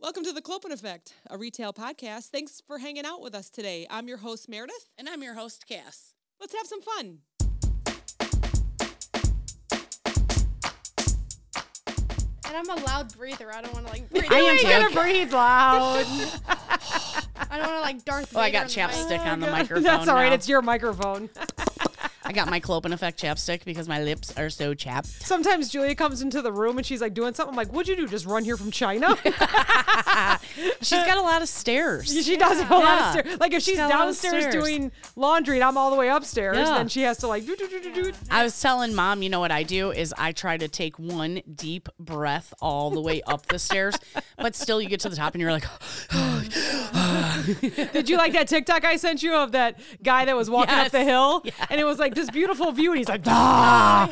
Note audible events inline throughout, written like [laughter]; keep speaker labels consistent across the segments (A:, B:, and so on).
A: Welcome to the Clopen Effect, a retail podcast. Thanks for hanging out with us today. I'm your host, Meredith.
B: And I'm your host, Cass.
A: Let's have some fun.
C: And I'm a loud breather. I don't want to like breathe.
B: I
C: I,
B: am
C: ain't
B: too.
C: gonna
B: Okay. [laughs]
D: breathe loud.
C: I don't want to like Darth.
B: Oh, I got
C: Vader in the mic.
B: chapstick on the microphone.
D: [laughs] That's all right.
B: now.
D: It's your microphone. [laughs]
B: I got my Clopen Effect chapstick because my lips are so chapped.
D: Sometimes Julia comes into the room and she's like doing something. I'm like, what'd you do? Just run here
B: [laughs]
D: from China? [laughs]
B: She's got a lot of stairs.
D: [laughs] she does have a lot
B: Yeah.
D: of stairs. Like if she's,
B: got a lot of
D: downstairs
B: stairs.
D: doing laundry and I'm all the way upstairs,
B: Yeah.
D: then she has to like do do do do do.
B: I was telling mom, you know what I do is I try to take one deep breath all the way up the stairs, but still you get to the top and you're like, [gasps]
D: Did you like that TikTok I sent you of that guy that was walking
B: Yes.
D: up the hill and it was like this beautiful view and he's like, ah.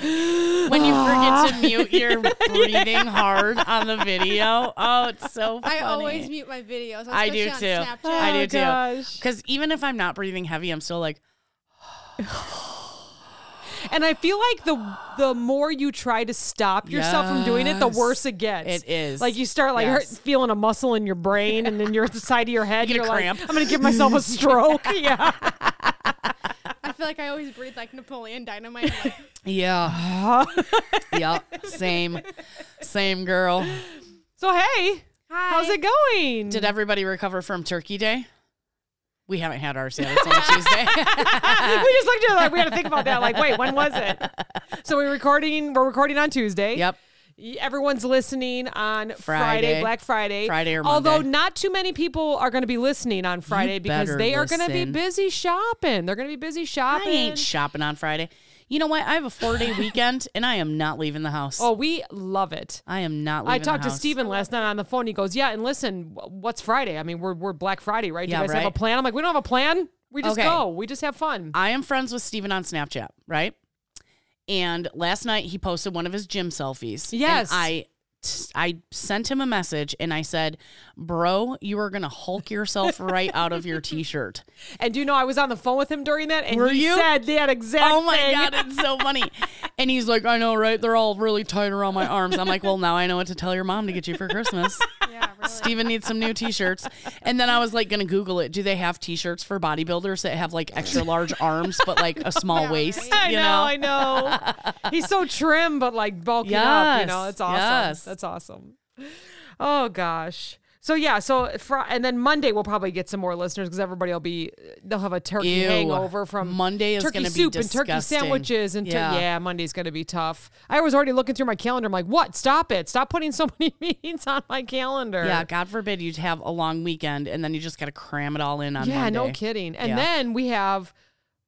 B: when you forget to mute, you're breathing hard on the video. Oh, it's so funny.
C: I always mute my videos.
B: I do too.
C: especially on Snapchat.
B: I do
D: Oh,
B: too.
D: gosh.
B: Because even if I'm not breathing heavy, I'm still like,
D: And I feel like the the more you try to stop yourself from doing it, the
B: Yes.
D: worse it gets.
B: It is.
D: Like you start like hurt,
B: Yes.
D: feeling a muscle in your brain, and then you're at the side of your
B: [laughs]
D: head.
B: You get a
D: are like,
B: cramp.
D: I'm gonna give myself
B: [laughs]
D: a stroke. [laughs] yeah.
C: I feel like I always breathe like Napoleon Dynamite.
B: [laughs]
C: Like,
B: yeah,
D: [laughs]
B: yep, same, same girl.
D: So hey,
C: Hi.
D: how's it going?
B: Did everybody recover from Turkey Day? We haven't had ours yet. It's
D: [laughs]
B: on Tuesday.
D: [laughs]
B: [laughs]
D: we just looked at it like we had to think about that. Like, wait, when was
B: [laughs]
D: it? So we're recording. We're recording on Tuesday.
B: yep.
D: Y- Everyone's listening on Friday,
B: Friday.
D: Black Friday.
B: Friday or
D: Although
B: Monday.
D: not too many people are going to be listening on Friday because
B: better
D: they are going to be
B: listen.
D: busy shopping. They're going to be busy
B: I
D: shopping.
B: ain't shopping on Friday. You know what? I have a four
D: [laughs]
B: day weekend and I am not leaving the house.
D: oh, we love it.
B: I am not leaving
D: I talked
B: the
D: to
B: house.
D: Steven last night on the phone. He goes, "Yeah, and listen, wh- what's Friday? I mean, we're we're Black Friday, right? Do
B: Yeah,
D: you guys have
B: right.
D: a plan?" I'm like, "We don't have a plan. We just
B: Okay.
D: go. We just have fun."
B: I am friends with Steven on Snapchat, right? And last night he posted one of his gym selfies. And
D: Yes.
B: I I sent him a message and I said, "Bro, you are going to hulk yourself right out of
D: [laughs]
B: your t-shirt."
D: And do you know I was on the phone with him during that, and
B: Were
D: he
B: you?
D: said that exact.
B: Oh my
D: thing.
B: god, it's so funny. [laughs] And he's like, I know, right? They're all really tight around my arms. I'm like, well, now I know what to tell your mom to get you for
D: [laughs]
B: Christmas.
C: yeah, really.
B: Steven needs some new t-shirts. And then I was like gonna Google it. Do they have t-shirts for bodybuilders that have like extra large arms but like a small
D: [laughs]
C: Yeah,
B: waist?
D: [laughs] I
B: you
D: know, I
B: [laughs]
D: know. He's so trim, but like bulking up. You know,
B: Yes,
D: it's awesome.
B: yes.
D: That's awesome. Oh gosh. So yeah, so fr- and then Monday we'll probably get some more listeners because everybody will be they'll have a turkey
B: Ew.
D: hangover from
B: Monday is
D: turkey
B: gonna be
D: soup and turkey
B: disgusting.
D: sandwiches and tur-
B: Yeah.
D: yeah. Monday's gonna be tough. I was already looking through my calendar. I'm like, what? Stop it! Stop putting so [laughs] many meetings on my calendar.
B: Yeah, God forbid you'd have a long weekend and then you just gotta cram it all in on
D: yeah, no
B: Monday.
D: kidding. And
B: Yeah.
D: then we have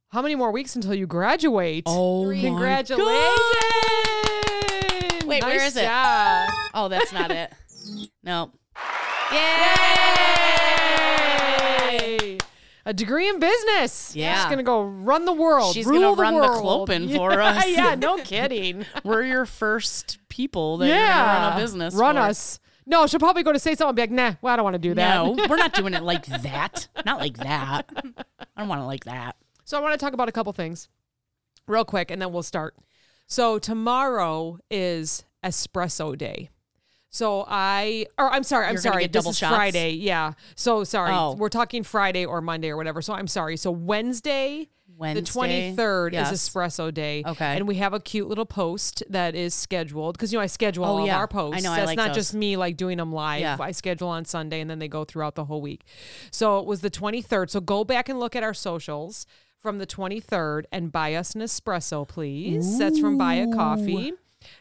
D: how many more weeks until you graduate?
B: Oh my
D: Congratulations!
B: God. Wait,
D: nice
B: where is it?
D: job.
B: Oh, that's not it. No.
D: Yay! A degree in business.
B: Yeah.
D: She's going to go run the world.
B: She's
D: rule
B: gonna
D: the
B: run the
D: world.
B: Clopen
D: yeah,
B: for us.
D: [laughs] Yeah, no
B: [laughs]
D: kidding.
B: We're your first people that
D: yeah.
B: are gonna run a business.
D: Run
B: for.
D: us. No, she'll probably go to say something and be like, nah, well, I don't want to do that.
B: No, we're not doing it like that. Not like that. I don't want it like that.
D: So I want to talk about a couple things real quick and then we'll start. So tomorrow is espresso day. So I or I'm sorry, I'm
B: You're gonna
D: sorry.
B: get
D: This
B: double
D: is
B: shots?
D: Friday. Yeah. So sorry.
B: Oh.
D: We're talking Friday or Monday or whatever. So I'm sorry. So Wednesday,
B: Wednesday,
D: the 23rd
B: yes.
D: is espresso day.
B: Okay.
D: And we have a cute little post that is scheduled cuz you know I schedule
B: Oh,
D: all
B: yeah.
D: of
B: I
D: our posts.
B: know, I
D: That's
B: like
D: not
B: those.
D: just me like doing them live.
B: Yeah.
D: I schedule on Sunday and then they go throughout the whole week. So it was the 23rd. So go back and look at our socials from the 23rd and buy us an espresso, please. That's from Buy a Coffee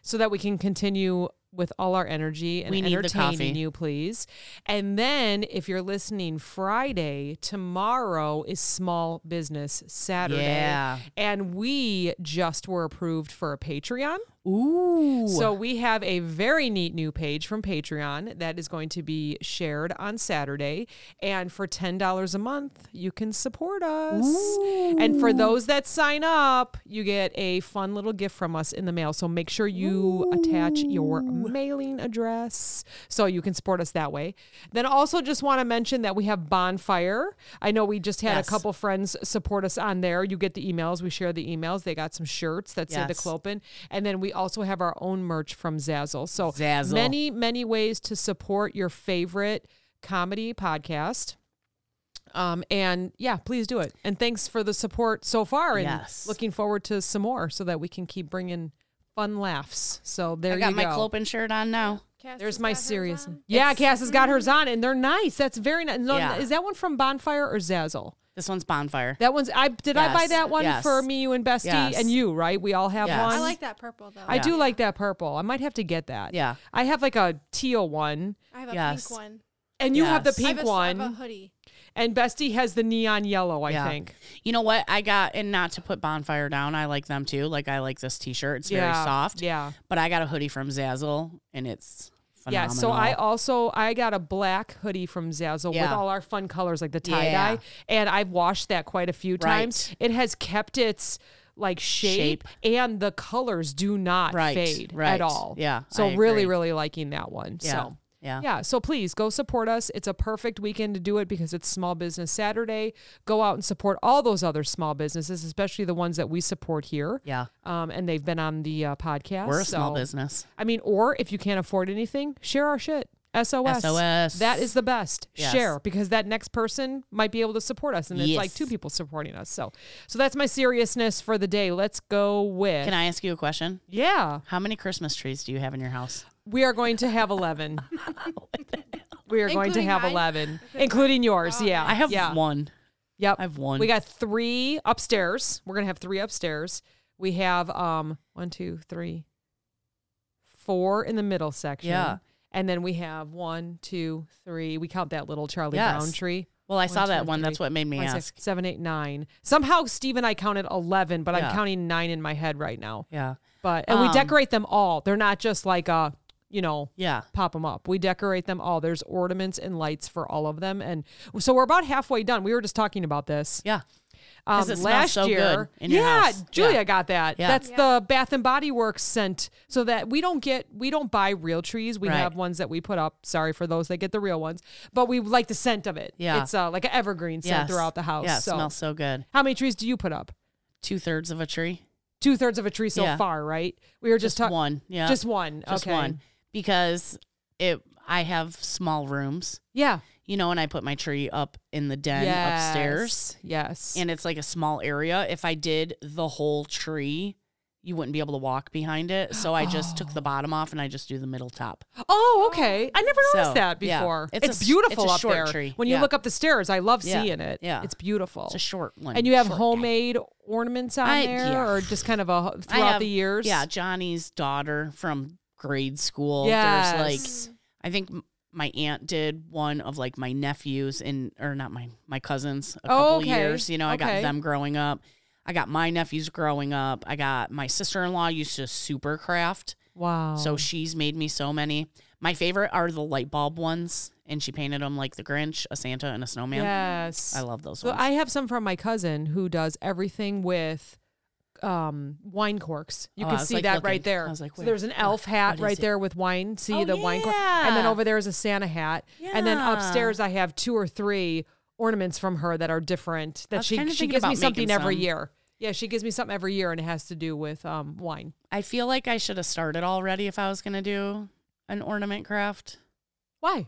D: so that we can continue with all our energy and
B: We need the
D: entertaining
B: coffee.
D: you, please. And then if you're listening Friday, tomorrow is Small Business Saturday.
B: Yeah.
D: And we just were approved for a Patreon.
B: Ooh.
D: So we have a very neat new page from Patreon that is going to be shared on Saturday. And for $10 a month, you can support us. And for those that sign up, you get a fun little gift from us in the mail. So make sure you attach your mailing address so you can support us that way. Then also just want to mention that we have Bonfire. I know we just had
B: Yes.
D: a couple friends support us on there. You get the emails, we share the emails. They got some shirts that say the
B: Yes.
D: Clopen. And then we we also have our own merch from Zazzle. So
B: Zazzle.
D: many, many ways to support your favorite comedy podcast. Um, and yeah, please do it. And thanks for the support so far. And
B: Yes.
D: looking forward to some more so that we can keep bringing fun laughs. So there
B: I got
D: you
B: my
D: go.
B: Clopin shirt on now.
C: Cass
D: There's
C: has
D: my
C: got hers
D: serious.
C: on.
D: Yeah, Cass has got hers on, and they're nice. That's very nice. No,
B: Mm-hmm. Yeah.
D: Is that one from Bonfire or Zazzle?
B: This one's bonfire.
D: That one's. I did I buy
B: Yes,
D: that one
B: yes.
D: for me, you, and Bestie,
B: Yes.
D: and you. Right? We all have
B: Yes.
D: one.
C: I like that purple though.
D: I do like that purple. I might have to get that.
B: Yeah.
D: I have like a teal one,
C: I have a
B: Yes.
C: pink one.
D: and you have the
B: Yes. I
C: I
D: pink
C: have a s- I have
D: one,
C: a hoodie.
D: and Bestie has the neon yellow. I think.
B: You know what? I got and not to put bonfire down. I like them too. Like I like this T-shirt. It's very
D: Yeah,
B: soft.
D: Yeah.
B: But I got a hoodie from Zazzle, and it's phenomenal.
D: Yeah, so I also I got a black hoodie from Zazzle with
B: Yeah.
D: all our fun colors like the tie
B: Yeah.
D: dye, and I've washed that quite a few times. It has kept its like shape,
B: Shape.
D: and the colors do not
B: Right,
D: fade
B: right.
D: at all.
B: Yeah,
D: so
B: I
D: really,
B: agree.
D: really liking that one.
B: Yeah,
D: So.
B: yeah.
D: Yeah. So please go support us. It's a perfect weekend to do it because it's Small Business Saturday. Go out and support all those other small businesses, especially the ones that we support here.
B: Yeah.
D: Um, and they've been on the uh, podcast.
B: we're a small
D: so-
B: business.
D: I mean, or if you can't afford anything, share our shit. SOS.
B: SOS.
D: That is the best.
B: Yes.
D: Share because that next person might be able to support us, and it's like
B: Yes.
D: two people supporting us. So, so that's my seriousness for the day. Let's go with.
B: Can I ask you a question?
D: Yeah,
B: How many Christmas trees do you have in your house?
D: we are going to
B: [laughs]
D: have eleven. we are going to
C: Including
D: have
C: mine? Oh,
D: eleven, including yours. yeah,
B: I have
D: yeah.
B: one.
D: Yep,
B: I have one.
D: We got three upstairs. We're gonna have three upstairs. We have um one, two, three, four in the middle section.
B: Yeah.
D: And then we have one, two, three. We count that little Charlie
B: Yes.
D: Brown tree.
B: Well, I saw
D: two,
B: that one.
D: three,
B: That's what made me
D: One, six,
B: ask.
D: seven, eight, nine. Somehow Steve and I counted eleven, but
B: Yeah.
D: I'm counting nine in my head right now.
B: Yeah.
D: But and we
B: Um,
D: decorate them all. They're not just like uh, you know,
B: Yeah.
D: pop them up. We decorate them all. There's ornaments and lights for all of them. And so we're about halfway done. We were just talking about this.
B: Yeah.
D: Um,
B: 'Cause it smells
D: last
B: so good
D: year,
B: in your
D: yeah,
B: house.
D: Julia
B: Yeah.
D: got that.
B: Yeah.
D: That's the Bath and Body Works scent, so that we don't get we don't buy real trees. We
B: Right.
D: have ones that we put up. Sorry for those that get the real ones, but we like the scent of it.
B: Yeah.
D: it's uh, like an evergreen
B: Yes.
D: scent throughout the house.
B: Yeah. It
D: so,
B: smells so good.
D: how many trees do you put up?
B: Two thirds of a tree.
D: Two thirds of a tree so
B: Yeah.
D: far, right? We were just,
B: Just
D: talking
B: one. Yeah.
D: just one,
B: Just
D: okay.
B: one. Because it. I have small rooms,
D: Yeah,
B: you know, and I put my tree up in the den upstairs,
D: Yes,
B: and it's like a small area. If I did the whole tree. You wouldn't be able to walk behind it, so I just took
D: [gasps]
B: the bottom off and I just do the middle top.
D: Oh, okay. I never noticed
B: So,
D: that
B: yeah.
D: before.
B: It's a
D: It's,
B: s-
D: beautiful
B: it's a
D: up
B: short
D: there.
B: tree.
D: When you
B: Yeah.
D: look up the stairs, I love
B: Yeah.
D: seeing it.
B: Yeah.
D: It's beautiful.
B: It's a short one,
D: Oh. and you have
B: short guy.
D: homemade ornaments on
B: I-
D: there,
B: yeah.
D: or just kind of a
B: I
D: throughout
B: have-
D: the years.
B: Yeah, Johnny's daughter from grade school.
D: Yes.
B: There's like I think m- my aunt did one of like my nephews and or not my my cousins a couple
D: Oh, okay.
B: years. You know, I
D: Okay.
B: got them growing up. I got my nephews growing up. I got my sister in law used to super craft.
D: Wow.
B: So she's made me so many. My favorite are the light bulb ones, and she painted them like the Grinch, a Santa, and a snowman.
D: yes,
B: I love those
D: So
B: ones.
D: I have some from my cousin who does everything with um wine corks. You
B: Oh, I
D: can
B: was,
D: see
B: like,
D: that
B: looking.
D: right there.
B: I was like,
D: so
B: where?
D: there's an elf
B: What
D: hat
B: is
D: right
B: it?
D: there with wine. See
B: Oh,
D: the wine cork. And then
B: yeah.
D: over there is a Santa hat. And then
B: Yeah.
D: upstairs I have two or three ornaments from her that are different that
B: was
D: she
B: kinda
D: she
B: thinking
D: gives me
B: about
D: something
B: making
D: every
B: some.
D: year. Yeah, she gives me something every year and it has to do with um wine.
B: I feel like I should have started already if I was gonna do an ornament craft.
D: Why?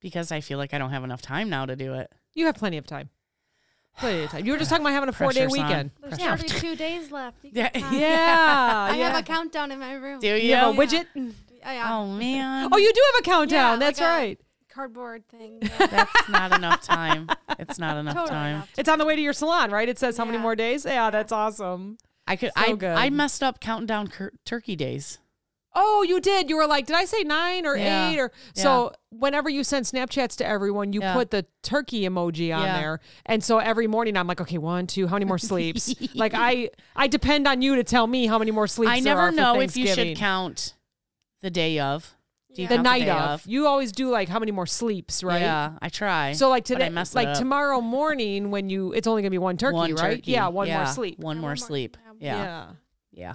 B: because I feel like I don't have enough time now to do it.
D: You have plenty of time. Plenty of time.
B: [sighs]
D: You were just talking about having a four day
B: Pressure's on. [laughs]
D: weekend.
C: There's
B: Yeah.
C: 32 days left. You
B: Yeah.
C: can count.
D: Yeah. yeah.
C: I have a countdown in my room.
B: Do you?
D: you have a
C: Yeah.
D: widget?
C: Yeah,
B: Oh man.
D: Oh, you do have a countdown.
C: like
D: That's
C: a-
D: right.
C: cardboard
B: [laughs]
C: thing. Yeah.
B: That's not enough time. It's not enough
C: Totally
B: time.
C: enough.
D: It's on the way to your salon, right? It says how many
C: Yeah.
D: more days? Yeah, that's awesome.
B: I could.
D: So
B: I
D: good.
B: I messed up counting down cur- turkey days.
D: Oh, you did. You were like, did I say nine or
B: Yeah.
D: eight? Or so whenever you send Snapchats to everyone, you
B: Yeah.
D: put the turkey emoji on
B: Yeah.
D: there. And so every morning I'm like, okay, one, two, how many more sleeps? like I I depend on you to tell me how many more sleeps.
B: I
D: there
B: never
D: are for
B: know if you
D: Thanksgiving.
B: should count the day of. Do you
D: the
B: count
D: night
B: day
D: of. You always do like how many more sleeps, right?
B: Yeah, I try.
D: So like
B: but I
D: today,
B: messed it
D: like
B: up.
D: tomorrow morning when you, it's only gonna be one turkey,
B: One
D: right?
B: turkey.
D: Yeah, one more sleep.
B: One
C: Yeah,
B: more
C: one more-
B: sleep.
C: yeah.
B: Yeah.
D: [laughs]
B: Yeah.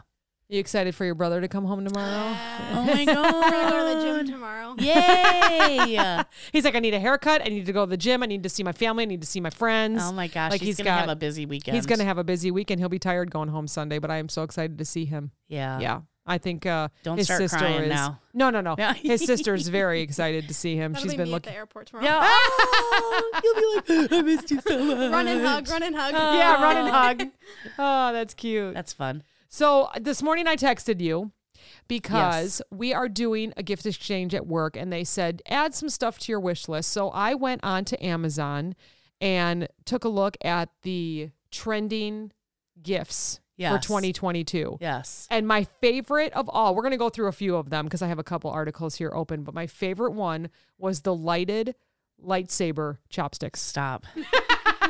D: You excited for your brother to come home tomorrow?
B: Oh
C: Yeah.
B: my
C: I'm gonna go to the gym
B: god.
C: tomorrow.
D: [laughs]
B: Yay.
D: He's like, I need a haircut. I need to go to the gym. I need to see my family. I need to see my friends.
B: Oh my gosh.
D: Like,
B: he's,
D: he's
B: gonna have
D: got-
B: a busy weekend.
D: He's going to have a busy weekend. He'll be tired going home Sunday, but I am so excited to see him.
B: Yeah.
D: yeah. I think uh,
B: Don't
D: his
B: start
D: sister
B: crying
D: is
B: now. [laughs]
D: no, no, no.
B: Yeah.
D: his sister's very excited to see him.
C: That'll
D: She's
C: be
D: been
C: me
D: looking.
C: at the airport tomorrow.
B: Yeah. [laughs] Oh, you'll be like, I missed you so much.
C: [laughs] Run and
D: [laughs]
C: hug, run and hug.
B: Uh,
D: Yeah, run and hug. Oh, that's cute.
B: That's fun.
D: So uh, this morning I texted you because we are doing a gift exchange at work and they said add some stuff to your wish list. So I went on to Amazon and took a look at the trending gifts for
B: Yes.
D: 2022.
B: Yes.
D: And my favorite of all, we're going to go through a few of them because I have a couple articles here open, but my favorite one was the lighted lightsaber chopsticks.
B: [laughs] Stop.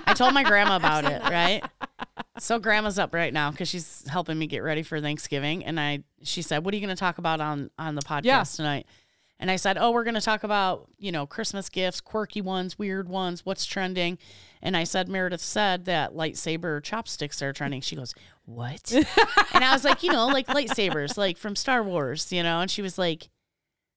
B: I told my grandma about it, right? So grandma's up right now because she's helping me get ready for Thanksgiving. And I she said, What are you gonna talk about on on the podcast
D: Yeah.
B: tonight? And I said, Oh, we're gonna talk about, you know, Christmas gifts, quirky ones, weird ones, what's trending. And I said, Meredith said that lightsaber chopsticks are trending. She goes, What? and I was like, you know, like lightsabers, like from Star Wars, you know? And she was like,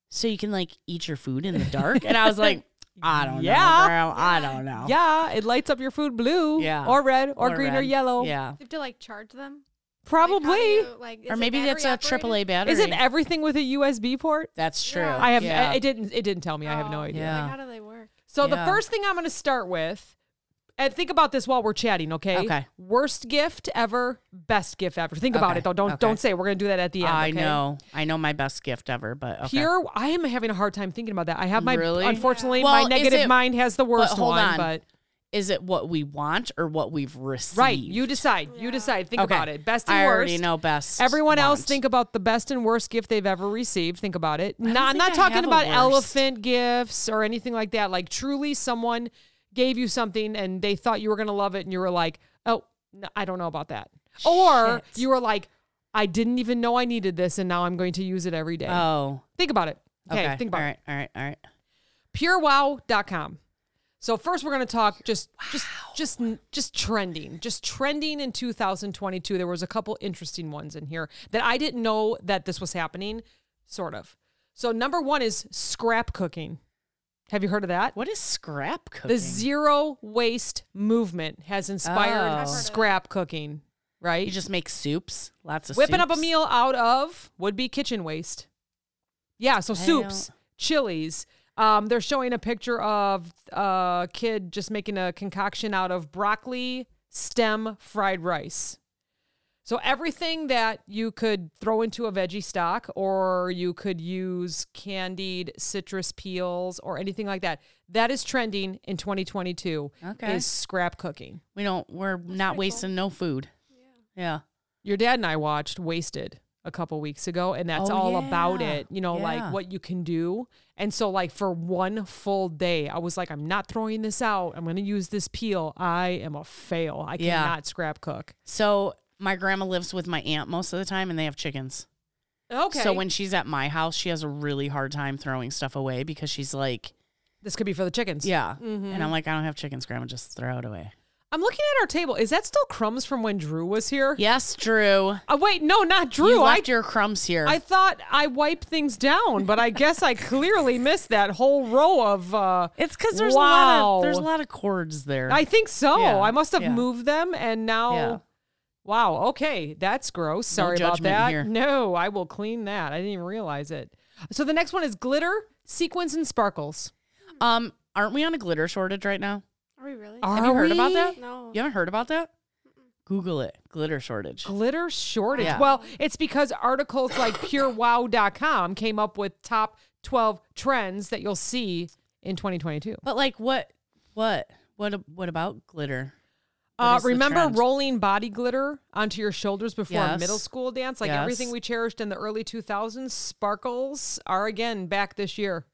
B: So you can like eat your food in the dark? And I was like, I don't
D: Yeah.
B: know, girl. I don't know.
D: Yeah, it lights up your food blue
B: Yeah.
D: or red or, green or
B: red.
D: yellow.
B: Yeah.
C: You have to like charge them. Like, how do
D: Probably.
C: you, like, is
B: or
C: it
B: maybe that's a AAA
C: battery operated?
B: battery.
D: Isn't everything with a USB port?
B: That's true.
C: Yeah.
D: I have
B: Yeah.
D: I, it didn't it didn't tell me. I have no
C: Oh,
D: idea.
B: Yeah.
C: Like, how do they work?
D: So the
B: Yeah.
D: first thing I'm going to start with and think about this while we're chatting, okay?
B: Okay.
D: Worst gift ever, best gift ever. Think about
B: Okay,
D: it though. Don't
B: okay.
D: don't say it. we're going to do that at the end,
B: I
D: okay?
B: know. I know my best gift ever, but okay.
D: Pure I am having a hard time thinking about that. I have my
B: Really?
D: unfortunately
B: Yeah. Well,
D: my
B: is
D: negative
B: it-
D: mind has the worst
B: hold
D: one,
B: on.
D: but
B: Is it what we want or what we've received?
D: right, you decide. You
C: Yeah.
D: decide. Think
B: Okay.
D: about it. Best and
B: I
D: worst.
B: already know best.
D: Everyone else
B: want.
D: think about the best and worst gift they've ever received. Think about it. No, I'm
B: think
D: not
B: I
D: talking
B: have a
D: about
B: worst.
D: elephant gifts or anything like that. Like truly someone gave you something and they thought you were going to love it and you were like, "Oh, no, I don't know about that." Or
B: Shit.
D: you were like, "I didn't even know I needed this and now I'm going to use it every day."
B: Oh.
D: think about it. Okay,
B: Okay.
D: think about
B: all
D: it.
B: right. All right. All right.
D: purewow.com. So first we're going to talk just just just just trending. Just trending in 2022. There was a couple interesting ones in here that I didn't know that this was happening sort of. So number 1 is scrap cooking. Have you heard of that?
B: What is scrap cooking?
D: The zero waste movement has
B: Oh.
D: inspired
B: I've heard of it.
D: scrap cooking,
B: you
D: right?
B: just make soups. Lots of
D: Whipping up a
B: soups?
D: meal out of would be kitchen waste. Yeah, so soups, chilies. Um, they're showing a picture of a kid just making a concoction out of broccoli stem fried rice. So everything that you could throw into a veggie stock or you could use candied citrus peels or anything like that. That is trending in 2022
B: Okay.
D: is scrap cooking.
B: We don't. We're not
C: pretty cool.
B: wasting no food. Yeah.
D: your dad and I watched Wasted a couple weeks ago, and that's
B: Oh,
D: all about
B: yeah.
D: it, you know,
B: Yeah.
D: like what you can do. And so, like, for one full day, I was like, I'm not throwing this out. I'm going to use this peel. I am a fail. I
B: Yeah.
D: cannot scrap cook.
B: So my grandma lives with my aunt most of the time, and they have chickens.
D: Okay.
B: So when she's at my house, she has a really hard time throwing stuff away because she's like,
D: this could be for the chickens.
B: yeah.
D: Mm-hmm.
B: And I'm like, I don't have chickens, Grandma. Just throw it away.
D: I'm looking at our table. Is that still crumbs from when Drew was here?
B: Yes, Drew.
D: Uh, wait, no, not Drew.
B: you
D: I,
B: left your crumbs here.
D: I thought I wiped things down, but I guess I clearly missed that whole row of. Uh,
B: it's because there's a lot
D: Wow.
B: of there's a lot of cords there.
D: I think so.
B: Yeah,
D: I must have
B: yeah.
D: moved them and now
B: Yeah.
D: Wow, okay. That's gross. Sorry about
B: judgment
D: that.
B: here.
D: [laughs] No, I will clean that. I didn't even realize it. So the next one is glitter, sequins and sparkles.
B: um, aren't we on a glitter shortage right now?
C: Are we really?
D: Are
B: Have you heard about
D: we?
B: that?
C: No.
B: You haven't heard about that? Google it. Glitter shortage.
D: Glitter shortage.
B: Yeah.
D: Well, it's because articles like purewow.com came up with top 12 trends that you'll see in 2022.
B: But like, what, what, what, a- what about glitter? What
D: Uh,
B: is the
D: remember
B: trend?
D: rolling body glitter onto your shoulders before a
B: Yes.
D: middle school dance? Like everything
B: Yes.
D: we cherished in the early 2000s, sparkles are again back this year.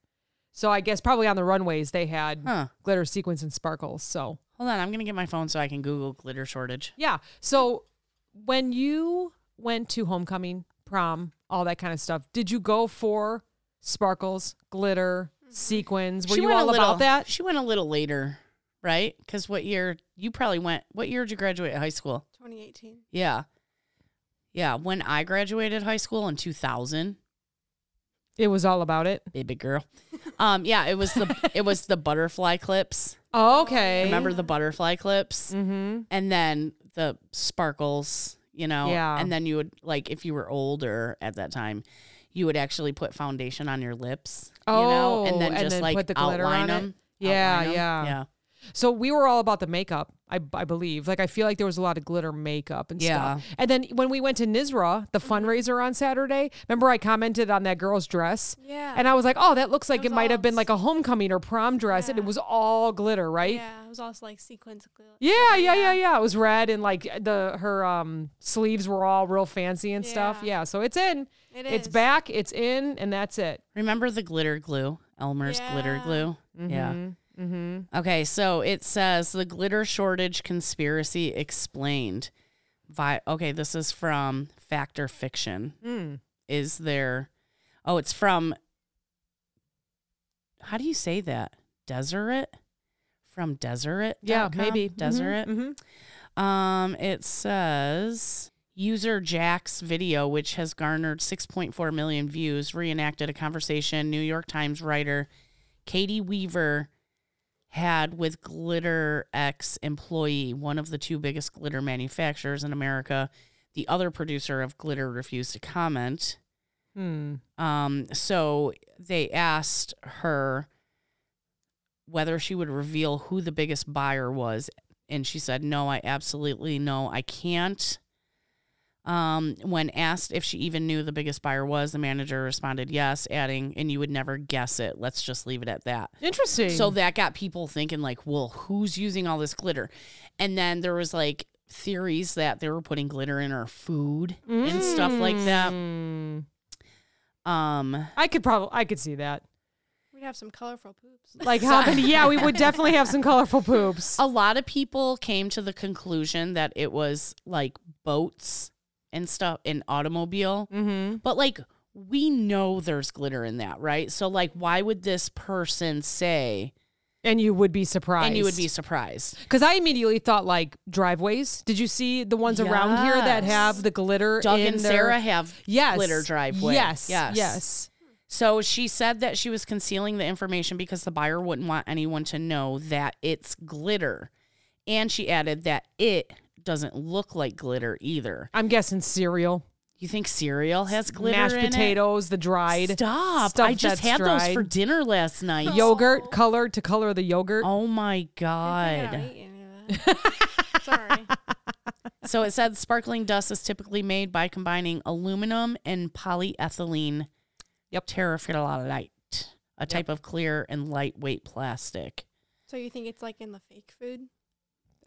D: So I guess probably on the runways they had
B: Huh.
D: glitter sequins and sparkles. So
B: Hold on, I'm gonna get my phone so I can Google glitter shortage.
D: yeah. So when you went to homecoming, prom, all that kind of stuff, did you go for sparkles, glitter, sequins? Were you
B: went
D: all
B: a little,
D: about that?
B: She went a little later, right? Because what year you probably went? What year did you graduate high school?
C: 2018.
B: Yeah, yeah. When I graduated high school in 2000,
D: It was all about it.
B: baby [laughs] girl. Um, yeah, it was the it was the butterfly clips.
D: okay.
B: Remember the butterfly clips,
D: Mm-hmm.
B: and then the sparkles. you know?
D: Yeah.
B: And then you would, like, if you were older at that time, you would actually put foundation on your lips, you know?
D: Oh,
B: And then
D: and
B: just
D: then
B: like
D: put the glitter
B: outline
D: on it?
B: them.
D: Yeah, yeah.
B: yeah. Yeah.
D: So we were all about the makeup, I, I believe. Like I feel like there was a lot of glitter makeup and
B: Yeah.
D: stuff. And then when we went to Nizra,
C: Mm-hmm.
D: the fundraiser on Saturday, remember I commented on that girl's dress?
C: Yeah.
D: And I was like, oh, that looks like it,
C: was
D: might have
C: all-
D: been like a homecoming or prom dress, and it
C: Yeah.
D: was all glitter, right?
C: Yeah, it was also like sequence glue.
D: Yeah, yeah, yeah, yeah. It was red and like the her um sleeves were all real fancy and stuff.
C: Yeah.
D: Yeah, so it's in.
C: It
D: It's
C: is.
D: back, it's in, and that's it.
B: Remember the glitter glue, Elmer's glitter
C: Yeah.
B: glue? Yeah.
D: Mm-hmm.
B: Okay, so it says the glitter shortage conspiracy explained. Vi- okay, this is from Factor Fiction.
D: Mm.
B: Is there? Oh, it's from. How do you say that? Deseret. From Deseret.
D: Yeah, maybe. Mhm,
B: Deseret.
D: mhm.
B: Um, it says user Jack's video, which has garnered 6.4 million views, reenacted a conversation New York Times writer Katie Weaver had with Glitter X employee, one of the two biggest glitter manufacturers in America. The other producer of Glitter refused to comment.
D: Hmm.
B: Um, so they asked her whether she would reveal who the biggest buyer was, and she said, "No, I absolutely no, I can't." Um, when asked if she even knew the biggest buyer was, the manager responded, "Yes," adding, "And you would never guess it. Let's just leave it at that."
D: Interesting.
B: So that got people thinking, like, well, who's using all this glitter? And then there was like theories that they were putting glitter in our food and stuff like that.
D: Mm.
B: Um,
D: I could probably I could see that.
C: We'd have some colorful poops.
B: [laughs]
C: [laughs]
D: Like how many? Yeah, we would definitely have some colorful poops.
B: a lot of people came to the conclusion that it was like boats and stuff in automobile
D: Mm-hmm.
B: but like we know there's glitter in that right so like why would this person say
D: And you would be surprised.
B: and you would be surprised
D: because I immediately thought like driveways. Did you see the ones around here that
B: Yes.
D: have the glitter?
B: doug
D: in
B: and
D: their-
B: sarah have
D: Yes.
B: glitter driveway
D: Yes.
B: yes
D: Yes. Yes.
B: so she said that she was concealing the information because the buyer wouldn't want anyone to know that it's glitter and she added that it doesn't look like glitter either
D: I'm guessing cereal,
B: you think cereal has glitter
D: mashed
B: in it?
D: potatoes, the dried
B: Stop.
D: stuff
B: I just
D: that's
B: had those
D: dried.
B: for dinner last night.
D: yogurt color to color the yogurt.
B: Oh my
C: I
B: God.
C: don't eat any
B: [laughs]
C: of that. Sorry.
B: So it said sparkling dust is typically made by combining aluminum and polyethylene
D: Yep.
B: terephthalate, a type of clear and lightweight plastic.
C: So you think it's like in the fake food?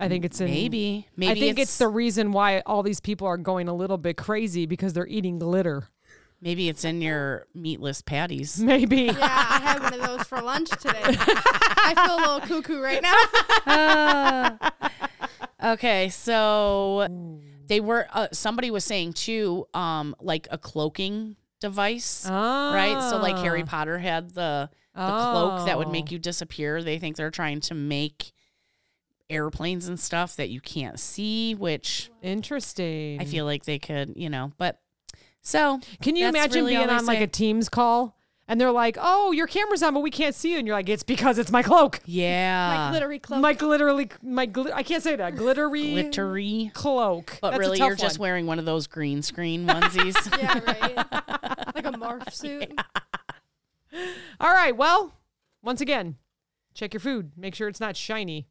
D: I think it's in,
B: Maybe. Maybe
D: I think it's, the reason why all these people are going a little bit crazy because they're eating glitter. [laughs]
B: maybe it's in your meatless patties.
D: Maybe.
B: [laughs]
C: Yeah, I had one of those for lunch today. I feel a little cuckoo right now.
B: Uh, Okay, so they were uh, somebody was saying too, um, like a cloaking device. right? So like Harry
D: Ah.
B: Potter had the the cloak that would
D: Oh.
B: make you disappear. They think they're trying to make airplanes and stuff that you can't see, which
D: Interesting.
B: I feel like they could, you know, but so
D: Can you
B: that's
D: imagine
B: really all
D: being
B: they
D: on like
B: say.
D: a Teams call and they're like, "Oh, your camera's on, but we can't see you," and you're like, "It's because it's my cloak,
B: yeah.
C: like glittery cloak.
D: my glitterly, my gl- I can't say that glittery
B: glittery.
D: cloak."
B: But
D: That's a
B: really
D: tough
B: you're just
D: one.
B: wearing one of those green
D: [laughs]
B: screen onesies.
C: yeah,
B: [laughs]
C: right. Like a morph suit.
D: All right. Well, once again, check your food. Make sure it's not shiny.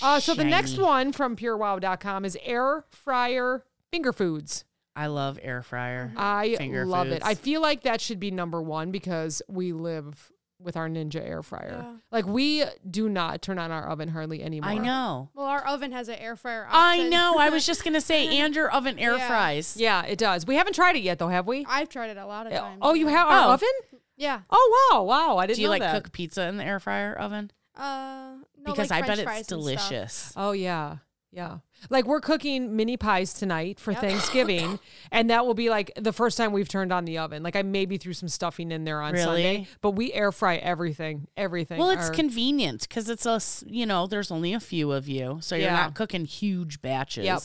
D: Uh, so the next
B: Shiny.
D: one from purewow.com is air fryer finger foods.
B: I love air fryer.
D: I
B: Finger
D: love it.
B: foods.
D: I feel like that should be number one because we live with our Ninja air fryer.
C: Yeah.
D: Like we do not turn on our oven hardly anymore.
B: I know.
C: Well, our oven has an air fryer.
B: I
C: option.
B: know. I was just
D: [laughs]
B: gonna say and your oven air
C: Yeah.
B: fries.
D: Yeah, it does. We haven't tried it yet, though, have we?
C: I've tried it a lot of times.
D: Oh, you
C: yeah.
D: have our
B: Oh.
D: oven?
C: Yeah.
D: Oh, wow, wow! I didn't
B: Do you
D: know
B: like
D: that.
B: cook pizza in the air fryer oven?
C: Uh, no,
B: because
C: like
B: I
C: French
B: bet
C: fries
B: it's
C: and stuff.
B: delicious.
D: Oh yeah, yeah. Like we're cooking mini pies tonight for
C: Yep.
D: [laughs] Thanksgiving, and that will be like the first time we've turned on the oven. Like I maybe threw some stuffing in there on Sunday,
B: Really?
D: but we air fry everything, everything.
B: Well, it's
D: Our-
B: convenient because it's a s- you know there's only a few of you, so you're
D: Yeah.
B: not cooking huge batches.
D: Yep.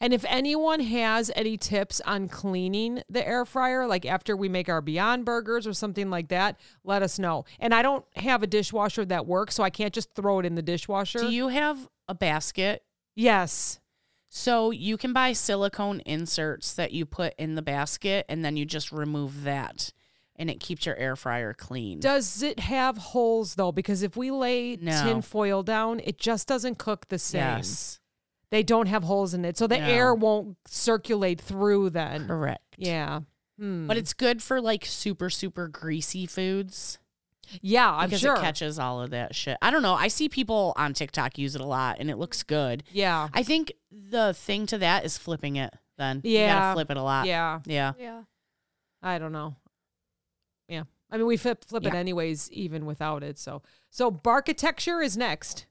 D: And if anyone has any tips on cleaning the air fryer, like after we make our Beyond Burgers or something like that, let us know. And I don't have a dishwasher that works, so I can't just throw it in the dishwasher.
B: Do you have a basket?
D: yes.
B: So you can buy silicone inserts that you put in the basket and then you just remove that and it keeps your air fryer clean.
D: Does it have holes though? Because if we lay
B: No.
D: tin foil down, it just doesn't cook the same.
B: yes.
D: They don't have holes in it. So the
B: No.
D: air won't circulate through then.
B: Correct.
D: Yeah. Hmm.
B: But it's good for like super super greasy foods
D: yeah, I'm
B: because
D: sure.
B: it catches all of that shit. I don't know. I see people on TikTok use it a lot and it looks good.
D: yeah.
B: I think the thing to that is flipping it then. You
D: Yeah.
B: gotta flip it a lot.
D: yeah.
B: Yeah. [laughs]
C: Yeah.
D: I don't know. Yeah. I mean, we flip flip it
B: Yeah.
D: anyways, even without it. So, so barkitecture is next.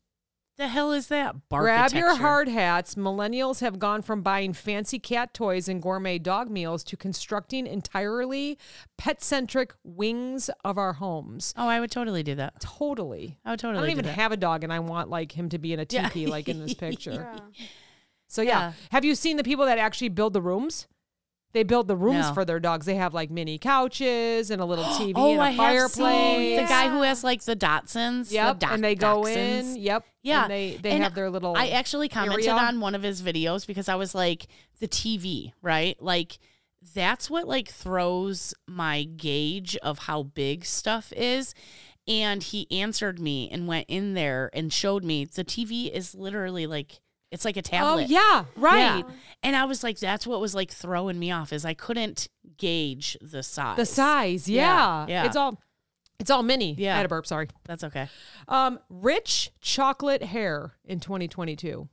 B: The hell is that?
D: Grab your
B: Barkitecture.
D: hard hats. Millennials have gone from buying fancy cat toys and gourmet dog meals to constructing entirely pet centric wings of our homes.
B: Oh, I would totally do that.
D: Totally.
B: I would totally
D: I don't even
B: do that.
D: have a dog, and I want like him to be in a
B: Yeah.
D: teepee,
B: [laughs]
D: like in this picture.
C: Yeah.
D: So yeah.
B: Yeah.
D: have you seen the people that actually build the rooms? They build the rooms
B: No.
D: for their dogs. They have like mini couches and
B: [gasps]
D: a little TV
B: oh,
D: and a
B: I have
D: fireplace.
B: seen the guy who
C: Yeah.
B: has like the Dotsons. the
D: Yep,
B: Doc-
D: and they go
B: Dachshunds.
D: in. Yep,
B: Yeah,
D: and they they
B: and
D: have their little.
B: I actually commented
D: area.
B: on one of his videos because I was like, the TV, right? Like, that's what like throws my gauge of how big stuff is. And he answered me and went in there and showed me the TV is literally like it's like a
D: oh
B: tablet.
D: yeah,
B: Right.
D: right.
B: And I was like, that's what was like throwing me off is I couldn't gauge the size.
D: The size,
B: Yeah,
D: yeah.
B: yeah.
D: It's all it's all mini.
B: Yeah.
D: I had a burp, sorry.
B: That's okay.
D: Um, rich chocolate hair in 2022.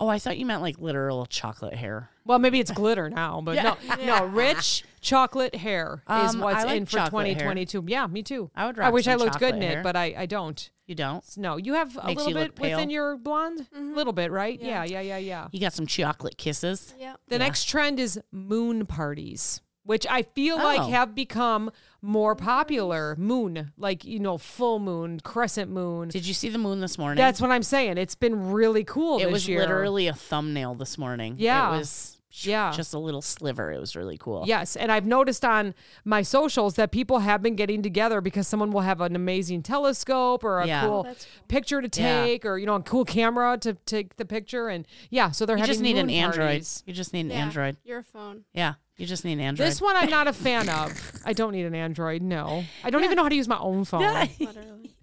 B: Oh, I thought you meant like literal chocolate hair.
D: Well, maybe it's glitter now,
B: [laughs]
D: but
B: Yeah.
D: no, no, rich chocolate hair is
B: Um, I
D: what's
B: like
D: in for
B: chocolate hair.
D: 2022. Yeah, me too.
B: I would
D: I
B: rock
D: wish I
B: some
D: looked good
B: chocolate
D: in
B: hair.
D: it, but I, I don't.
B: You don't?
D: No, you have a
B: Makes
D: little
B: you look
D: bit within
B: pale. Mm-hmm.
D: your blonde, a little bit, right? Yeah,
C: Yeah.
D: yeah, yeah, yeah.
B: You got some chocolate kisses. [laughs]
C: Yep.
D: The next trend is moon parties, which I feel like
B: Oh.
D: have become more popular. Moon, like you know, full moon, crescent moon.
B: Did you see the moon this morning?
D: That's what I'm saying. It's been really cool.
B: it
D: this
B: was
D: year.
B: literally a thumbnail this morning.
D: Yeah.
B: It was
D: Yeah.
B: just a little sliver. It was really cool.
D: Yes, and I've noticed on my socials that people have been getting together because someone will have an amazing telescope or a
B: Yeah. Oh,
D: cool,
C: that's cool.
D: picture to
B: Yeah.
D: take, or you know, a cool camera to take the picture. And yeah, so they're
B: You
D: having
B: just need an
D: moon
B: Android.
D: parties.
B: You just need an
C: Yeah.
B: Android. [laughs]
C: Your phone.
B: Yeah. You just need an Android.
D: This one I'm not a fan of. I don't need an Android. No, I don't even know how to use my own phone.
C: Literally.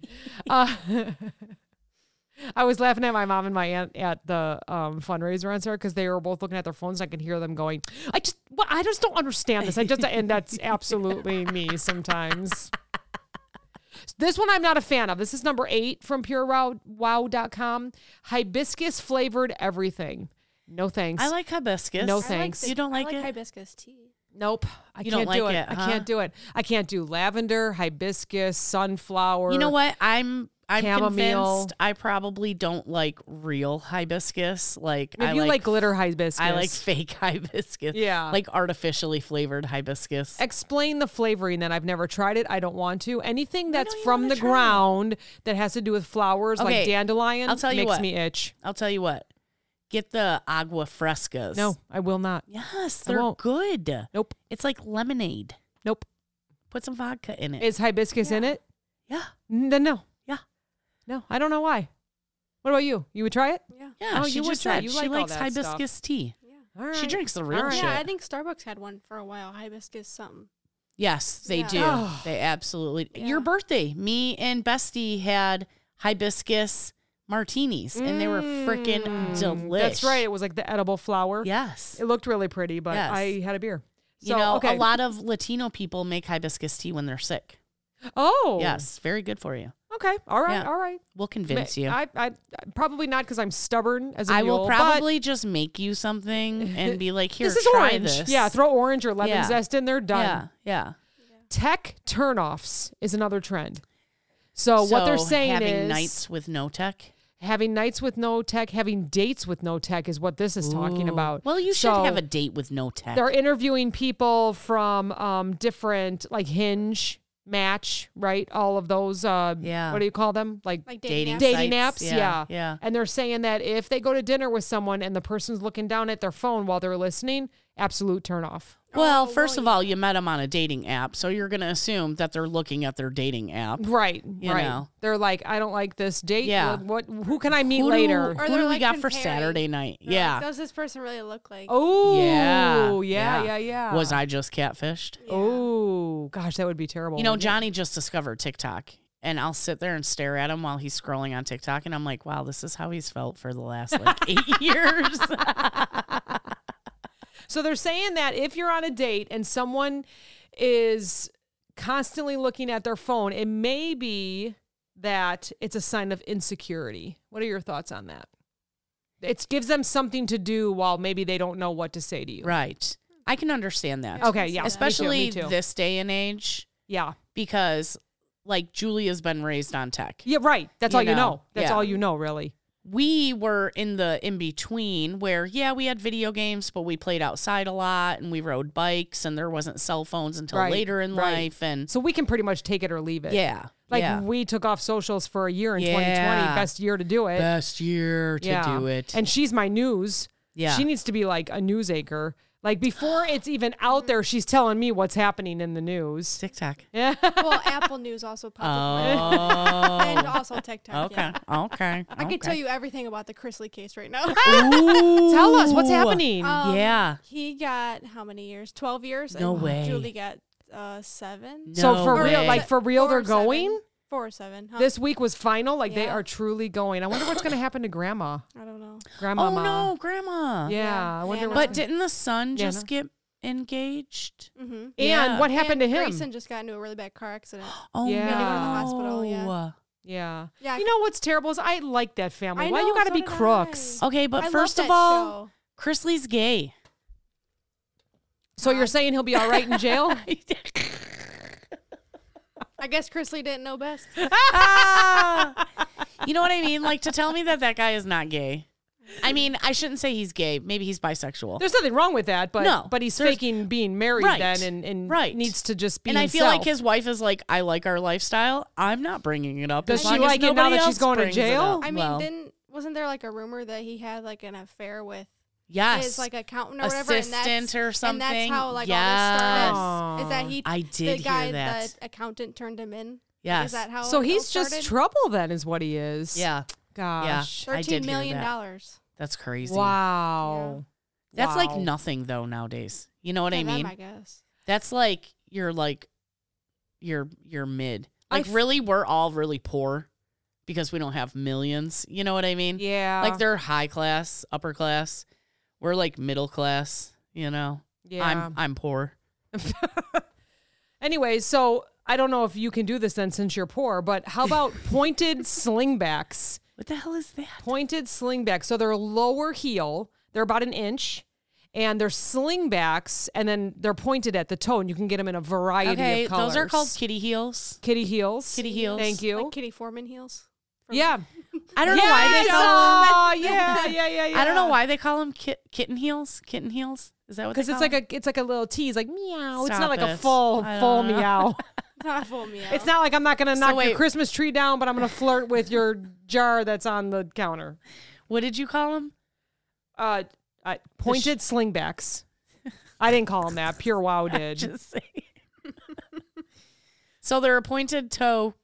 D: Uh, I was laughing at my mom and my aunt at the um, fundraiser on Sarah because they were both looking at their phones. And I could hear them going, "I just, well, I just don't understand this." I just, and
B: [laughs]
D: that's absolutely me sometimes. This one I'm not a fan of. This is number eight from purewow.com. Hibiscus flavored everything. No thanks.
B: I like hibiscus.
D: No
C: I
D: thanks.
C: Like
B: You don't like
C: I
B: it?
C: like hibiscus tea.
D: nope. I
B: You don't
D: can't do
B: like
D: it.
B: it,
D: I
B: huh?
D: can't do it. I can't do lavender, hibiscus, sunflower.
B: You know what? I'm I'm
D: Chamomile.
B: convinced I probably don't like real hibiscus. Like
D: If
B: I
D: you like,
B: like,
D: glitter hibiscus,
B: I like fake [laughs] hibiscus.
D: Yeah.
B: Like artificially flavored hibiscus.
D: explain the flavoring then i've never tried it i don't want to anything that's
B: don't you
D: from
B: wanna
D: the
B: try it?
D: ground that has to do with flowers
B: Okay,
D: like dandelion
B: I'll tell you
D: makes
B: what.
D: me itch
B: I'll tell you what. Get the agua frescas.
D: no i will not
B: Yes,
D: I
B: they're
D: won't.
B: good.
D: nope
B: It's like lemonade.
D: nope
B: Put some vodka in it.
D: is hibiscus in
C: Yeah.
D: it
B: yeah.
D: N- then no
B: Yeah.
D: no i don't know why what about you you would try it
C: Yeah.
B: Yeah,
D: Oh,
B: she
D: you would
B: just
D: try-
B: said
D: you
B: she
D: like all
B: likes
D: that stuff.
B: hibiscus tea.
C: Yeah.
D: All right.
B: She drinks the real
D: All right.
B: Oh, shit.
C: Yeah, I think Starbucks had one for a while. Hibiscus something.
B: Yes, they
C: Yeah.
B: do.
D: Oh.
B: They absolutely.
C: Yeah.
B: Your birthday, me and Bestie had hibiscus martinis, and they were freaking
D: Mm,
B: delicious.
D: that's right it was like the edible flower
B: Yes.
D: it looked really pretty but
B: Yes.
D: i had a beer
B: you
D: So,
B: know,
D: okay.
B: a lot of Latino people make hibiscus tea when they're sick.
D: oh
B: Yes, very good for you.
D: okay all right
B: Yeah.
D: all right
B: We'll convince you. I,
D: I, I probably not because i'm stubborn as a
B: will
D: mule, but-
B: probably just make you something and be like, here,
D: [laughs] this is
B: try
D: orange.
B: this.
D: Yeah, throw orange or lemon
B: Yeah.
D: zest in there. Done.
B: Yeah, yeah.
D: Tech turnoffs is another trend. So, what they're
B: So
D: saying
B: having
D: is
B: nights with no tech.
D: having nights with no tech, having dates with no tech is what this is talking
B: Ooh.
D: about.
B: Well, you should
D: So
B: have a date with no tech.
D: They're interviewing people from um, different, like Hinge, Match, right? All of those. Uh,
B: Yeah.
D: What do you call them? Like
C: Like
B: Dating
C: dating. apps.
B: dates.
D: dating
B: sites,
D: apps.
B: yeah,
D: Yeah,
B: yeah.
D: And they're saying that if they go to dinner with someone and the person's looking down at their phone while they're listening, absolute turnoff.
B: Oh, Well, first of all, you met them on a dating app, so you're going to assume that they're looking at their dating app.
D: Right, right.
B: know.
D: They're like, I don't like this date.
B: Yeah.
D: What? what- Who can I meet
B: Who do-
D: later?
B: who
C: they're,
B: do we
C: like,
B: got for
C: comparing.
B: Saturday night?
C: They're like,
B: Oh, yeah.
C: does this person really look like?
D: Oh,
B: yeah.
D: yeah, yeah, yeah.
B: Was I just catfished?
D: Oh gosh, that would be terrible.
B: You know,
D: wouldn't it?
B: Johnny just discovered TikTok, and I'll sit there and stare at him while he's scrolling on TikTok, and I'm like, wow, this is how he's felt for the last [laughs] like eight years.
D: So they're saying that if you're on a date and someone is constantly looking at their phone, it may be that it's a sign of insecurity. What are your thoughts on that? It gives them something to do while maybe they don't know what to say to you.
B: right. I can understand that.
D: Okay, yeah. me too, me
B: Especially
D: too.
B: this day and age,
D: Yeah.
B: because like Julia's been raised on tech.
D: Yeah, right. That's
B: You
D: all you
B: know,
D: know. That's
B: yeah.
D: all you know, really.
B: we were in the in between where yeah we had video games but we played outside a lot and we rode bikes and there wasn't cell phones until
D: Right,
B: later in
D: right.
B: life and
D: So we can pretty much take it or leave it.
B: yeah
D: Like
B: yeah.
D: we took off socials for a year in 2020,
B: Yeah.
D: best year to do it.
B: best year to
D: yeah.
B: do it
D: And she's my news.
B: yeah
D: She needs to be like a news anchor. Like before it's even out there, she's telling me what's happening in the news.
B: TikTok
D: [laughs] Yeah.
C: [laughs] well, Apple
B: [laughs]
C: News also popped up.
B: oh
C: And also TikTok.
D: [laughs]
B: okay
C: Yeah.
B: okay I
C: I could tell you everything about the Chrisley case right now.
D: [laughs] Tell us what's happening.
C: [laughs] Um,
B: Oh, yeah
C: He got how many years? 12 years?
B: No
C: and
B: way.
C: Julie got uh, seven.
B: No
D: so for
C: Or
D: real,
B: way.
D: like for real,
C: four
D: they're
C: or seven.
D: going.
C: Four or seven. Huh?
D: This week was final. Like they
C: Yeah.
D: are truly going. I wonder what's going to happen to Grandma.
C: I don't know.
D: Grandma.
B: oh no grandma
D: Yeah,
C: Yeah,
D: I wonder.
C: Nana.
D: what's-
B: but didn't the son
D: Yeah,
B: just get engaged
C: Mm-hmm.
D: and
B: Yeah.
D: what happened
C: and
D: to him?
C: Grayson just got into a really bad car accident.
B: oh
D: Yeah.
B: no
D: They went to the
C: hospital, yeah.
D: Yeah.
C: Yeah.
D: You know what's terrible is [gasps] I like that family.
C: I
D: Why you
C: know,
D: got to
C: so
D: be
C: did I.
D: crooks?
B: okay
C: I
B: but
C: love
B: Uh, first of
C: that
B: all
C: show.
B: Chrisley's gay.
D: So you're saying he'll be all
B: [laughs]
D: right in jail?
C: I guess Chrisley didn't know
D: [laughs]
C: best.
B: you know what I mean? Like to tell me that that guy is not gay. I mean, I shouldn't say he's gay. Maybe he's bisexual.
D: There's nothing wrong with that, but
B: No,
D: but he's
B: there's-
D: faking being married
B: Right,
D: then, and and
B: right.
D: needs to just be.
B: and I feel like
D: himself.
B: his wife is like, I like our lifestyle. I'm not bringing it up.
D: Does
B: as
D: she
B: long as
D: like it now
B: nobody
D: that she's
B: else
D: going to
B: brings it
D: jail?
B: up."
C: I mean,
B: Well,
C: didn't wasn't there like a rumor that he had like an affair with
B: yes,
C: his like accountant or whatever, and
B: assistant
C: that's,
B: or something.
C: And that's how like
B: yes.
C: all this started. Is that he?
B: I did
C: the
B: hear
C: guy
B: that.
C: the accountant turned him in.
B: Yes.
C: Is that how?
D: So
C: it
D: he's
C: all
D: just
C: started?
D: trouble then, is what he is.
B: yeah,
D: Gosh.
B: I did
C: Thirteen
B: hear
C: million
B: that.
C: dollars.
B: that's crazy.
D: Wow.
B: That's like
D: Wow.
B: nothing though nowadays. You know what
C: to
B: I
C: them,
B: mean?
C: I guess.
B: That's like you're like you're you're mid.
D: I
B: Like
D: f-
B: really we're all really poor because we don't have millions. You know what I mean?
D: Yeah.
B: Like they're high class, upper class. We're like middle class, you know.
D: yeah.
B: I'm I'm poor.
D: anyway, so I don't know if you can do this then since you're poor, but how
B: [laughs]
D: about pointed slingbacks?
B: What the hell is that?
D: Pointed slingbacks. So they're lower heel, they're about an inch. And they're slingbacks, and then they're pointed at the toe, and you can get them in a variety
B: Okay,
D: of colors.
B: those are called kitty heels.
D: kitty heels.
B: Kitty heels.
D: Thank you.
C: Like Kitty Foreman heels. [laughs] from-
D: yeah.
B: I don't know why they
D: Yes!
B: call 'em-
D: Oh, yeah, yeah, yeah, yeah.
B: I don't know why they call them kit- kitten heels. Kitten heels. Is that what?
D: Because
B: they
D: it's
C: Oh.
B: call
D: like a it's like a little tease, like meow. it's
B: Stop
D: not like a
B: it.
D: full
B: I
D: full
B: don't know.
C: [laughs]
D: meow.
C: It's not full meow.
D: It's not like I'm not gonna knock your
B: wait.
D: Christmas tree down, but I'm gonna flirt with your jar that's on the counter.
B: What did you call them?
D: Uh, uh pointed slingbacks. I didn't call him that. Pure
C: [laughs]
D: Wow [laughs] did.
B: Just saying. so they're a pointed toe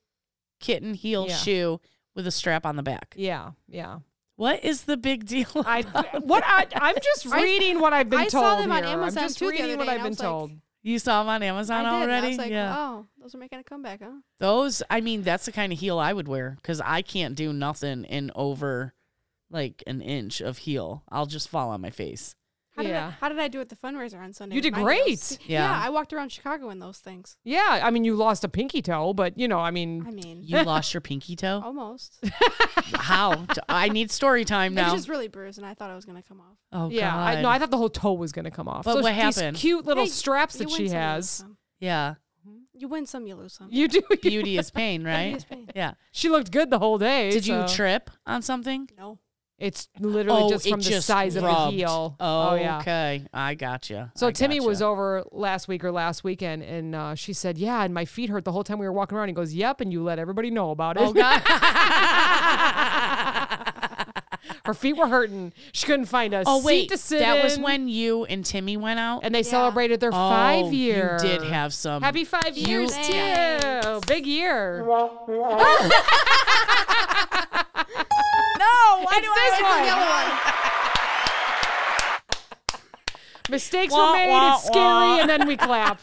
B: kitten heel
D: Yeah.
B: shoe with a strap on the back.
D: yeah, yeah.
B: What is the big deal?
D: I
B: about-
D: [laughs] what I I'm just reading what I've been
C: I
D: told.
C: saw them on
D: here.
C: Amazon
D: I'm just
C: too the
D: reading
C: other
D: what
C: day,
D: I've
C: and I
D: been
C: was like,
D: told.
B: you saw them on Amazon
C: I did, and
B: already?
C: I was like,
B: yeah.
C: oh, those are making a comeback, huh?
B: Those, I mean, that's the kind of heel I would wear because I can't do nothing in over like an inch of heel. I'll just fall on my face.
C: How did,
D: Yeah.
C: I, how did I do at the fundraiser on Sunday?
D: You
C: with
D: did
C: my
D: great.
C: heels?
B: Yeah.
C: I walked around Chicago in those things.
D: Yeah, I mean you lost a pinky toe, but you know, I
C: I
D: mean,
C: mean,
B: You lost your pinky
C: Oh.
B: toe?
D: [laughs]
C: almost.
B: How? I need story time
C: It was
B: now.
C: just really bruised, and I thought it was going to come off.
B: oh,
D: yeah.
B: God.
D: I, no, I thought the whole toe was gonna come off.
B: But
D: so
B: what
D: these
B: happened?
D: Cute little
C: Hey,
D: straps that
C: you
D: she
C: win some, you lose
D: has.
C: some.
B: yeah.
C: You win some, you lose some.
B: [laughs]
D: You do.
B: Beauty is pain, right?
C: is pain.
B: Yeah.
D: She looked good the whole day.
B: Did you
D: so-
B: trip on something?
D: [laughs]
C: No.
D: It's literally
B: Oh,
D: just
B: it
D: from the
B: just
D: size of
B: rubbed.
D: the heel.
B: Oh,
D: yeah.
B: okay. I gotcha.
D: So
B: I
D: Timmy was
B: gotcha.
D: over last week or last weekend, and uh, she said, "Yeah," and my feet hurt the whole time we were walking around. He goes, "Yep," and you let everybody know about it.
B: Oh God.
D: [laughs] Her feet were hurting. She couldn't find a
B: Oh
D: seat
B: wait,
D: to sit
B: that was
D: in.
B: when you and Timmy went out.
D: and they celebrated their
B: Oh,
D: five year.
B: You did have some.
D: happy five years
C: Thanks.
D: too. Big year.
B: Oh,
C: No, why do
D: this
C: I
D: one.
C: like
D: [laughs] Mistakes
B: Wah,
D: were made.
B: wah,
D: it's scary,
B: wah.
D: and then
B: [laughs]
D: we clap.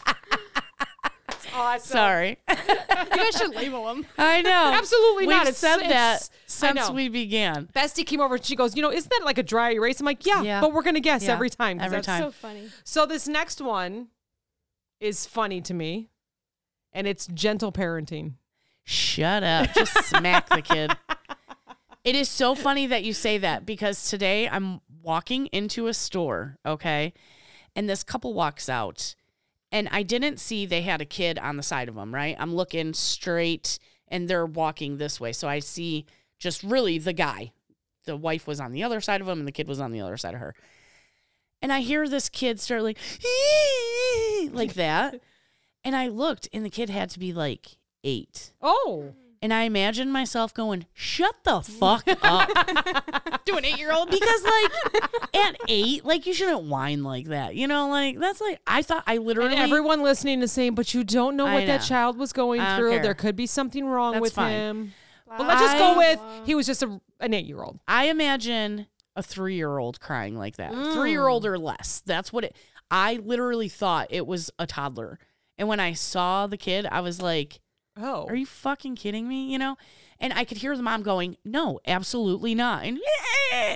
D: It's awesome. [laughs]
B: Sorry,
C: the yellow one? You guys should label them.
B: I know.
D: Absolutely
B: [laughs] We've
D: not. It's-
B: said that
D: it's- I
B: since
D: know.
B: we began.
D: Bestie came over and she goes, you know, isn't that like a dry erase? I'm like, yeah,
B: Yeah.
D: but we're gonna guess
B: Yeah,
D: every [laughs] time. 'cause
B: every
D: that's
B: time.
C: So funny.
D: So this next one is funny to me, and it's gentle parenting.
B: Shut up. Just smack the kid. It is so funny that you say that because today I'm walking into a store, okay? And this couple walks out, and I didn't see they had a kid on the side of them, right? I'm looking straight and they're walking this way. So I see just really the guy. The wife was on the other side of him and the kid was on the other side of her. And I hear this kid start like, [laughs] like that. And I looked, and the kid had to be like eight.
D: Oh,
B: And I imagine myself going, shut the fuck up.
D: [laughs]
C: Do an eight-year-old.
B: because, like, at eight, like, you shouldn't whine like that. You know, like, that's like, I thought I literally.
D: and everyone listening is saying, but you don't know
B: I
D: what that
B: know.
D: child was going
B: I don't
D: through.
B: care.
D: There could be something wrong
B: That's
D: with
B: fine.
D: him. But
C: Uh,
D: let's just go
B: I-
D: with he was just a, an eight year old.
B: I imagine a three year old crying like that. Three year
D: Mm.
B: old or less. That's what it. I literally thought it was a toddler. And when I saw the kid, I was like,
D: Oh,
B: are you fucking kidding me? You know? And I could hear the mom going, no, absolutely not. And,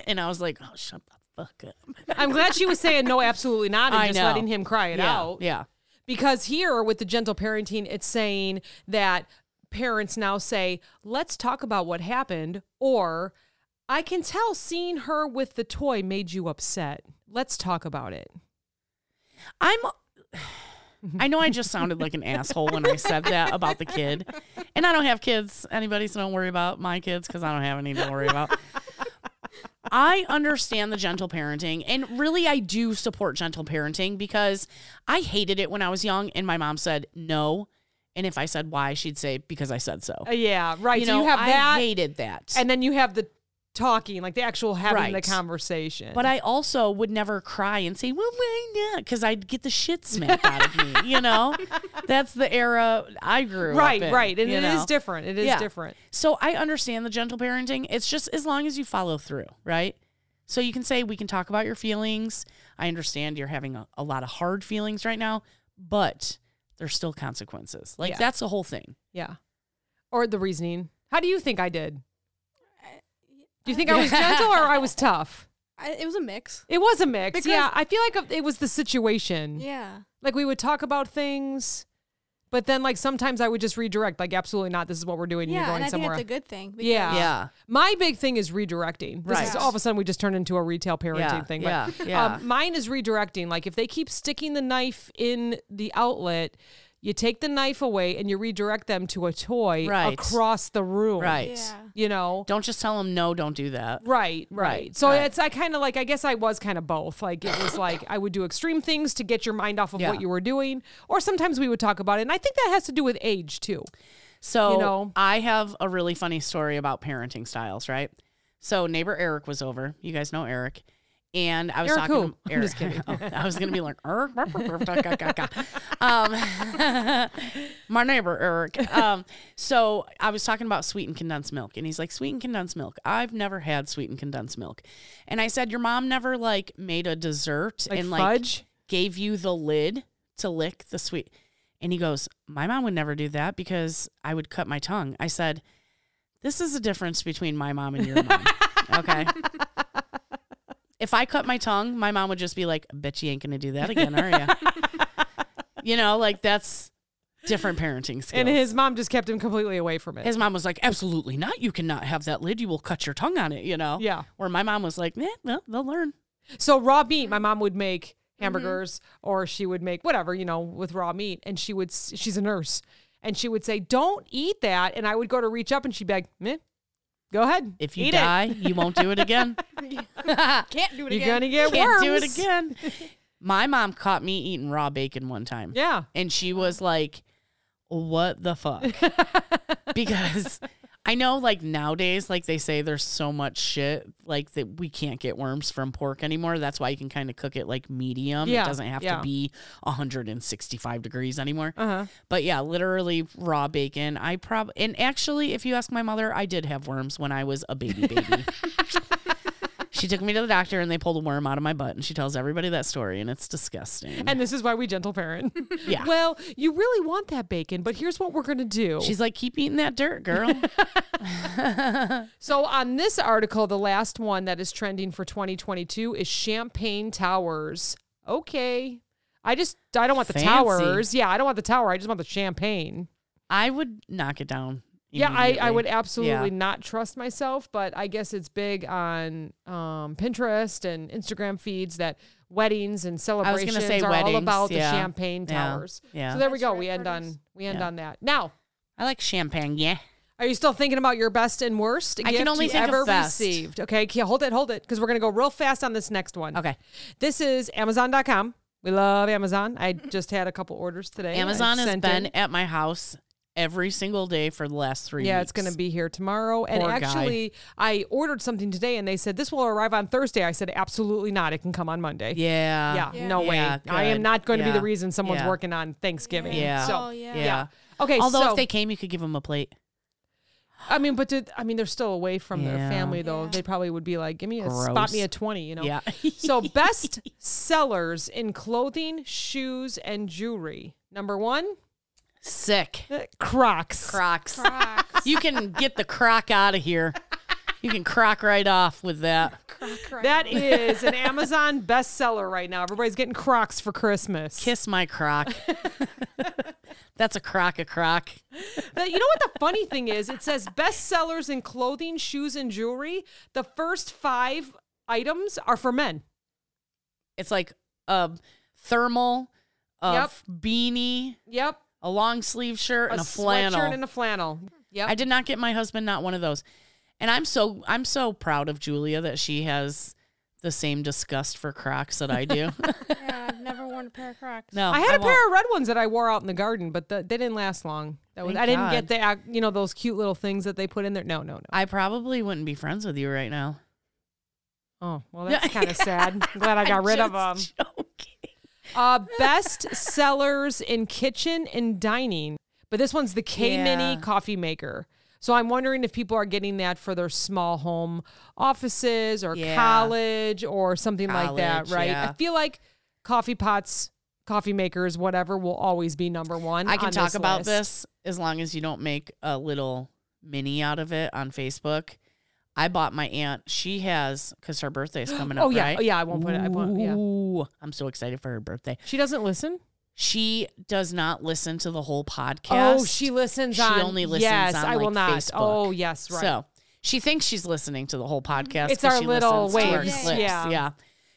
B: and I was like, oh, shut the fuck up.
D: I'm glad she was saying no, absolutely not, and
B: I
D: just
B: know.
D: letting him cry it out.
B: Yeah.
D: Because here with the gentle parenting, it's saying that parents now say, let's talk about what happened, or I can tell seeing her with the toy made you upset. Let's talk about it.
B: I'm.
D: [laughs]
B: I know I just sounded like an asshole when I said that about the kid, and I don't have kids. Anybody, so don't worry about my kids because I don't have any to worry about. I understand the gentle parenting, and really, I do support gentle parenting because I hated it when I was young, and my mom said no, and if I said why, she'd say because I said so.
D: Uh, yeah, right.
B: You
D: so
B: know,
D: you have
B: I
D: that,
B: hated that.
D: and then you have the talking, like the actual having
B: Right.
D: the conversation.
B: But I also would never cry and say, well, why not? Because I'd get the shit smacked out of me, you
D: [laughs]
B: know? That's the era I grew
D: right,
B: up in.
D: right, and
B: you
D: it is
B: know?
D: different. It is
B: Yeah.
D: different.
B: So I understand the gentle parenting. It's just as long as you follow through, right? So you can say, we can talk about your feelings. I understand you're having a, a lot of hard feelings right now, but there's still consequences. Like,
D: Yeah.
B: that's the whole thing.
D: Yeah, or the reasoning. How do you think I did? Do you think I was gentle or
B: [laughs]
D: I was tough?
C: I, it was a mix.
D: It was a mix.
C: Because-
D: yeah, I feel like it was the situation.
C: Yeah.
D: Like we would talk about things, but then like sometimes I would just redirect. Like absolutely not. This is what we're doing. you're
C: Yeah,
D: going
C: and I
D: somewhere.
C: think that's a good thing. because-
D: Yeah.
B: Yeah.
D: My big thing is redirecting. This is
B: Right.
D: all of a sudden we just turned into a retail parenting
B: Yeah,
D: thing. But,
B: yeah, yeah.
D: Um, mine is redirecting. Like if they keep sticking the knife in the outlet, you take the knife away and you redirect them to a toy
B: Right.
D: across the room.
B: Right.
C: Yeah.
D: You know.
B: Don't just tell them, no, don't do that.
D: Right, right.
B: Right,
D: So
B: right.
D: it's I kind of like I guess I was kind of both. Like it was like I would do extreme things to get your mind off of
B: Yeah.
D: what you were doing, or sometimes we would talk about it. And I think that has to do with age too.
B: So
D: you know?
B: I have a really funny story about parenting styles, right? So neighbor Eric was over. You guys know Eric. And I was
D: Eric
B: talking
D: who?
B: to
D: I'm
B: Eric.
D: just kidding.
B: [laughs] Oh, I was gonna be like Eric. ruh, ruh, ruh, da, ga, ga, ga." um, [laughs] my neighbor Eric. Um, so I was talking about sweetened condensed milk, and he's like, sweetened condensed milk. I've never had sweetened condensed milk. And I said, Your mom never like made a dessert
D: Like
B: and like
D: fudge.
B: gave you the lid to lick the sweet. And he goes, My mom would never do that because I would cut my tongue. I said, This is a difference between my mom and your
D: [laughs]
B: mom. okay. If I cut my tongue, my mom would just be like, Bet you ain't going to do that again, are
D: [laughs]
B: you? you know, like that's different parenting skills.
D: and his mom just kept him completely away from it.
B: His mom was like, absolutely not. You cannot have that lid. You will cut your tongue on it, you know?
D: Yeah.
B: Where my mom was like, eh, well, they'll learn.
D: So raw meat, my mom would make
B: Mm-hmm.
D: hamburgers, or she would make whatever you know with raw meat, and she would. s- She's a nurse, and she would say, "Don't eat that," and I would go to reach up, and she'd be like, "Meh, go ahead.
B: If you
D: eat it.
B: die, you won't do it
D: [laughs]
B: again.
C: Can't do it
D: you're
C: again.
D: gonna get
B: can't
D: worms.
B: do it again. My mom caught me eating raw bacon one time.
D: Yeah, [laughs]
B: And she was like, what the fuck? because I know like nowadays, like they say there's so much shit like that we can't get worms from pork anymore. That's why you can kind of cook it like medium.
D: Yeah,
B: It doesn't have
D: yeah.
B: to be 165 degrees anymore.
D: Uh-huh.
B: But yeah, literally raw bacon. I probably and actually, if you ask my mother, I did have worms when I was a baby
D: [laughs]
B: baby. she took me to the doctor and they pulled a worm out of my butt, and she tells everybody that story, and it's disgusting.
D: And this is why we gentle parent.
B: [laughs] Yeah.
D: [laughs] Well, you really want that bacon, but here's what we're going to do.
B: She's like, keep eating that dirt,
D: [laughs]
B: girl.
D: so, on this article, the last one that is trending for 2022 is Champagne Towers. Okay. I just, I don't want the
B: Fancy.
D: towers. Yeah, I don't want the tower. I just want the champagne.
B: I would knock it down.
D: Yeah, I, I
B: immediately.
D: would absolutely
B: Yeah.
D: not trust myself, but I guess it's big on um, Pinterest and Instagram feeds that weddings and
B: was
D: celebrations
B: gonna say
D: are all
B: weddings,
D: about
B: yeah.
D: the champagne
B: Yeah,
D: towers.
B: yeah.
D: So there we
C: That's
D: go.
C: right,
D: We end
C: Curtis.
D: on we end
B: Yeah.
D: on that. Now,
B: I like champagne. Yeah.
D: are you still thinking about your best and worst
B: can
D: gift
B: only
D: you
B: think of
D: ever
B: best.
D: received? Okay, okay, hold it, hold it, because we're gonna go real fast on this next one.
B: Okay.
D: This is Amazon.com. We love Amazon. I just had a couple orders today. I
B: Amazon has
D: sent
B: been
D: in.
B: at my house every single day for the last three.
D: Yeah,
B: weeks.
D: it's going to be here tomorrow. And
B: Poor guy.
D: actually, I ordered something today and they said this will arrive on Thursday. I said, absolutely not. It can come on Monday.
B: Yeah.
D: Yeah,
C: Yeah.
D: no way.
B: Yeah,
D: I am
B: good.
D: not going to be
B: Yeah.
D: the reason someone's
B: Yeah.
D: working on Thanksgiving.
B: Yeah.
D: So,
C: oh yeah.
B: Yeah.
D: okay.
B: Although
D: so,
B: if they came, you could give them a plate.
D: I mean, but did, I mean, they're still away from their
B: Yeah.
D: family though.
C: Yeah.
D: They probably would be like, give me a spot me
B: Gross.
D: a 20, you know?
B: Yeah.
D: [laughs]
B: [laughs]
D: so, best sellers in clothing, shoes, and jewelry. Number one, uh,
B: Sick.
D: Crocs.
B: Crocs.
C: Crocs.
B: You can get the croc out of here. You can croc right off with that.
D: [laughs]
C: Croc
D: That is an Amazon [laughs] bestseller right now. Everybody's getting Crocs for Christmas.
B: Kiss my
D: [laughs]
B: croc. That's a croc a croc.
D: But you know what the funny thing is? It says bestsellers in clothing, shoes, and jewelry. The first five items are for men.
B: It's like a thermal, a
D: Yep.
B: f- beanie,
D: Yep.
B: a long sleeve shirt, and a flannel.
D: sweatshirt and a flannel. Yep.
B: I did not get my husband not one of those. And I'm so I'm so proud of Julia that she has the same disgust for Crocs that I
D: [laughs]
B: do.
C: yeah, I've never worn a pair of Crocs.
B: no,
D: I had
B: a
D: a pair of red ones that I wore out in the garden, but the, they didn't last long. That was,
B: Thank
D: I didn't
B: God.
D: get the ac- you know those cute little things that they put in there. No, no, no.
B: I probably wouldn't be friends with you right now.
D: Oh,
B: [laughs]
D: well, that's kind of sad. I'm glad I got
B: I'm
D: rid of them.
B: just joking.
D: Uh, best sellers in kitchen and dining. But this one's the K
B: Yeah.
D: Mini coffee maker. So I'm wondering if people are getting that for their small home offices or
B: Yeah.
D: college or something like that,
B: College,
D: right? I
B: yeah.
D: feel like coffee pots, coffee makers, whatever will always be number one.
B: I can
D: on
B: talk
D: this
B: about
D: list.
B: this as long as you don't make a little mini out of it on Facebook. I bought my aunt. She has because her
D: [gasps]
B: birthday's coming up.
D: Oh, yeah.
B: right?
D: Oh, yeah, I won't put it- I won't- yeah.
B: Ooh, I'm so excited for her birthday.
D: She doesn't listen.
B: She does not listen to the whole podcast.
D: Oh, she listens
B: She
D: on.
B: only listens
D: yes,
B: on,
D: I will
B: like,
D: not.
B: Facebook.
D: Oh, yes, right. Mm-hmm.
B: So she thinks she's listening to the whole podcast.
D: It's
B: 'cause
D: our
B: she
D: little
B: listens to our
C: waves,
B: clips.
D: yeah.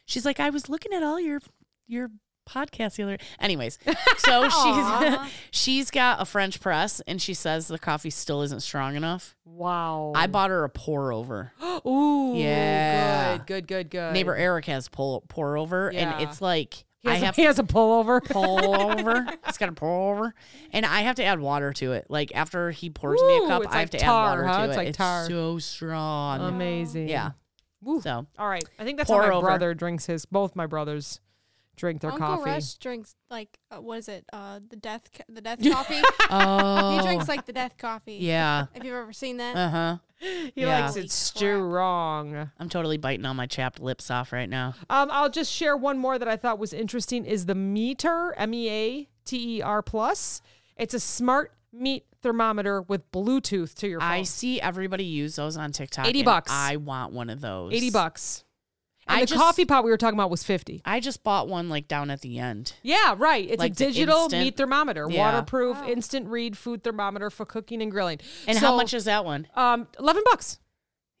B: She's like, I was looking at all your your podcasts the other.
D: [laughs]
B: Anyways, so
C: Aw.
B: she's [laughs] she's got a French press, and she says the coffee still isn't strong enough.
D: wow.
B: I bought her a pour
D: [gasps]
B: over.
D: Ooh,
B: Yeah.
D: good, good, good, good.
B: Neighbor Eric has pour pour over,
D: Yeah.
B: and it's like
D: He
B: I
D: has, a-
B: have
D: he has a pullover.
B: pull over. It's got a pour over, and I have to add water to it. Like after he pours me
D: Ooh,
B: a cup,
D: it's
B: I
D: like
B: have to add
D: tar,
B: water
D: huh?
B: to
D: It's
B: it.
D: like
B: it's
D: tar. Oh,
B: so strong.
D: [laughs] Amazing.
B: yeah.
D: Woo. [laughs]
B: So
D: All right. I think that's
B: Pour
D: how my
B: over.
D: brother drinks his. Both my brothers drink their
C: Uncle
D: coffee.
C: Rush drinks like uh, what is it? Uh, the death, ca- the
D: [laughs]
C: death coffee.
B: oh,
C: He drinks like the death coffee.
B: yeah.
C: If you've ever seen that,
B: Uh huh.
D: He
B: Yeah.
D: likes
C: Holy
D: it
C: crap.
D: strong.
B: I'm totally biting all my chapped lips off right now.
D: Um, I'll just share one more that I thought was interesting is the meter, M E A T E R plus. It's a smart meat thermometer with Bluetooth to your phone.
B: I see everybody use those on TikTok.
D: 80
B: and
D: bucks.
B: I want one of those.
D: Eighty bucks. And
B: I
D: the
B: just-
D: coffee pot we were talking about was fifty.
B: I just bought one like down at the end.
D: Yeah, right. It's a
B: Like the
D: digital
B: instant-
D: meat thermometer,
B: Yeah.
D: waterproof,
C: Wow.
D: instant read food thermometer for cooking and grilling.
B: And how
D: So,
B: much is that one?
D: um eleven bucks?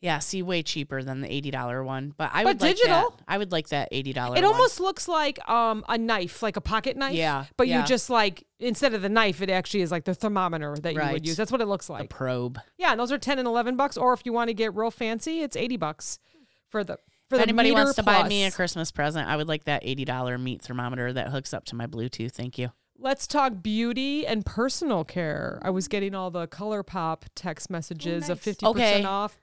B: Yeah, see, way cheaper than the eighty dollar one. But I
D: But
B: would like
D: digital?
B: That. I would like that eighty dollar.
D: It almost looks like um a knife, like a pocket knife.
B: Yeah,
D: But
B: yeah.
D: you just like instead of the knife, it actually is like the thermometer that you would
B: Right.
D: use. That's what it looks
B: a
D: like.
B: probe.
D: yeah, and those are ten and eleven bucks. Or if you want to get real fancy, it's eighty bucks for the for
B: If
D: the
B: anybody
D: meter
B: wants to buy me a
D: plus.
B: Christmas present, I would like that eighty dollar meat thermometer that hooks up to my Bluetooth. Thank you.
D: Let's talk beauty and personal care. I was getting all the ColourPop text messages of
C: Oh, nice.
D: 50%
B: Okay.
D: off.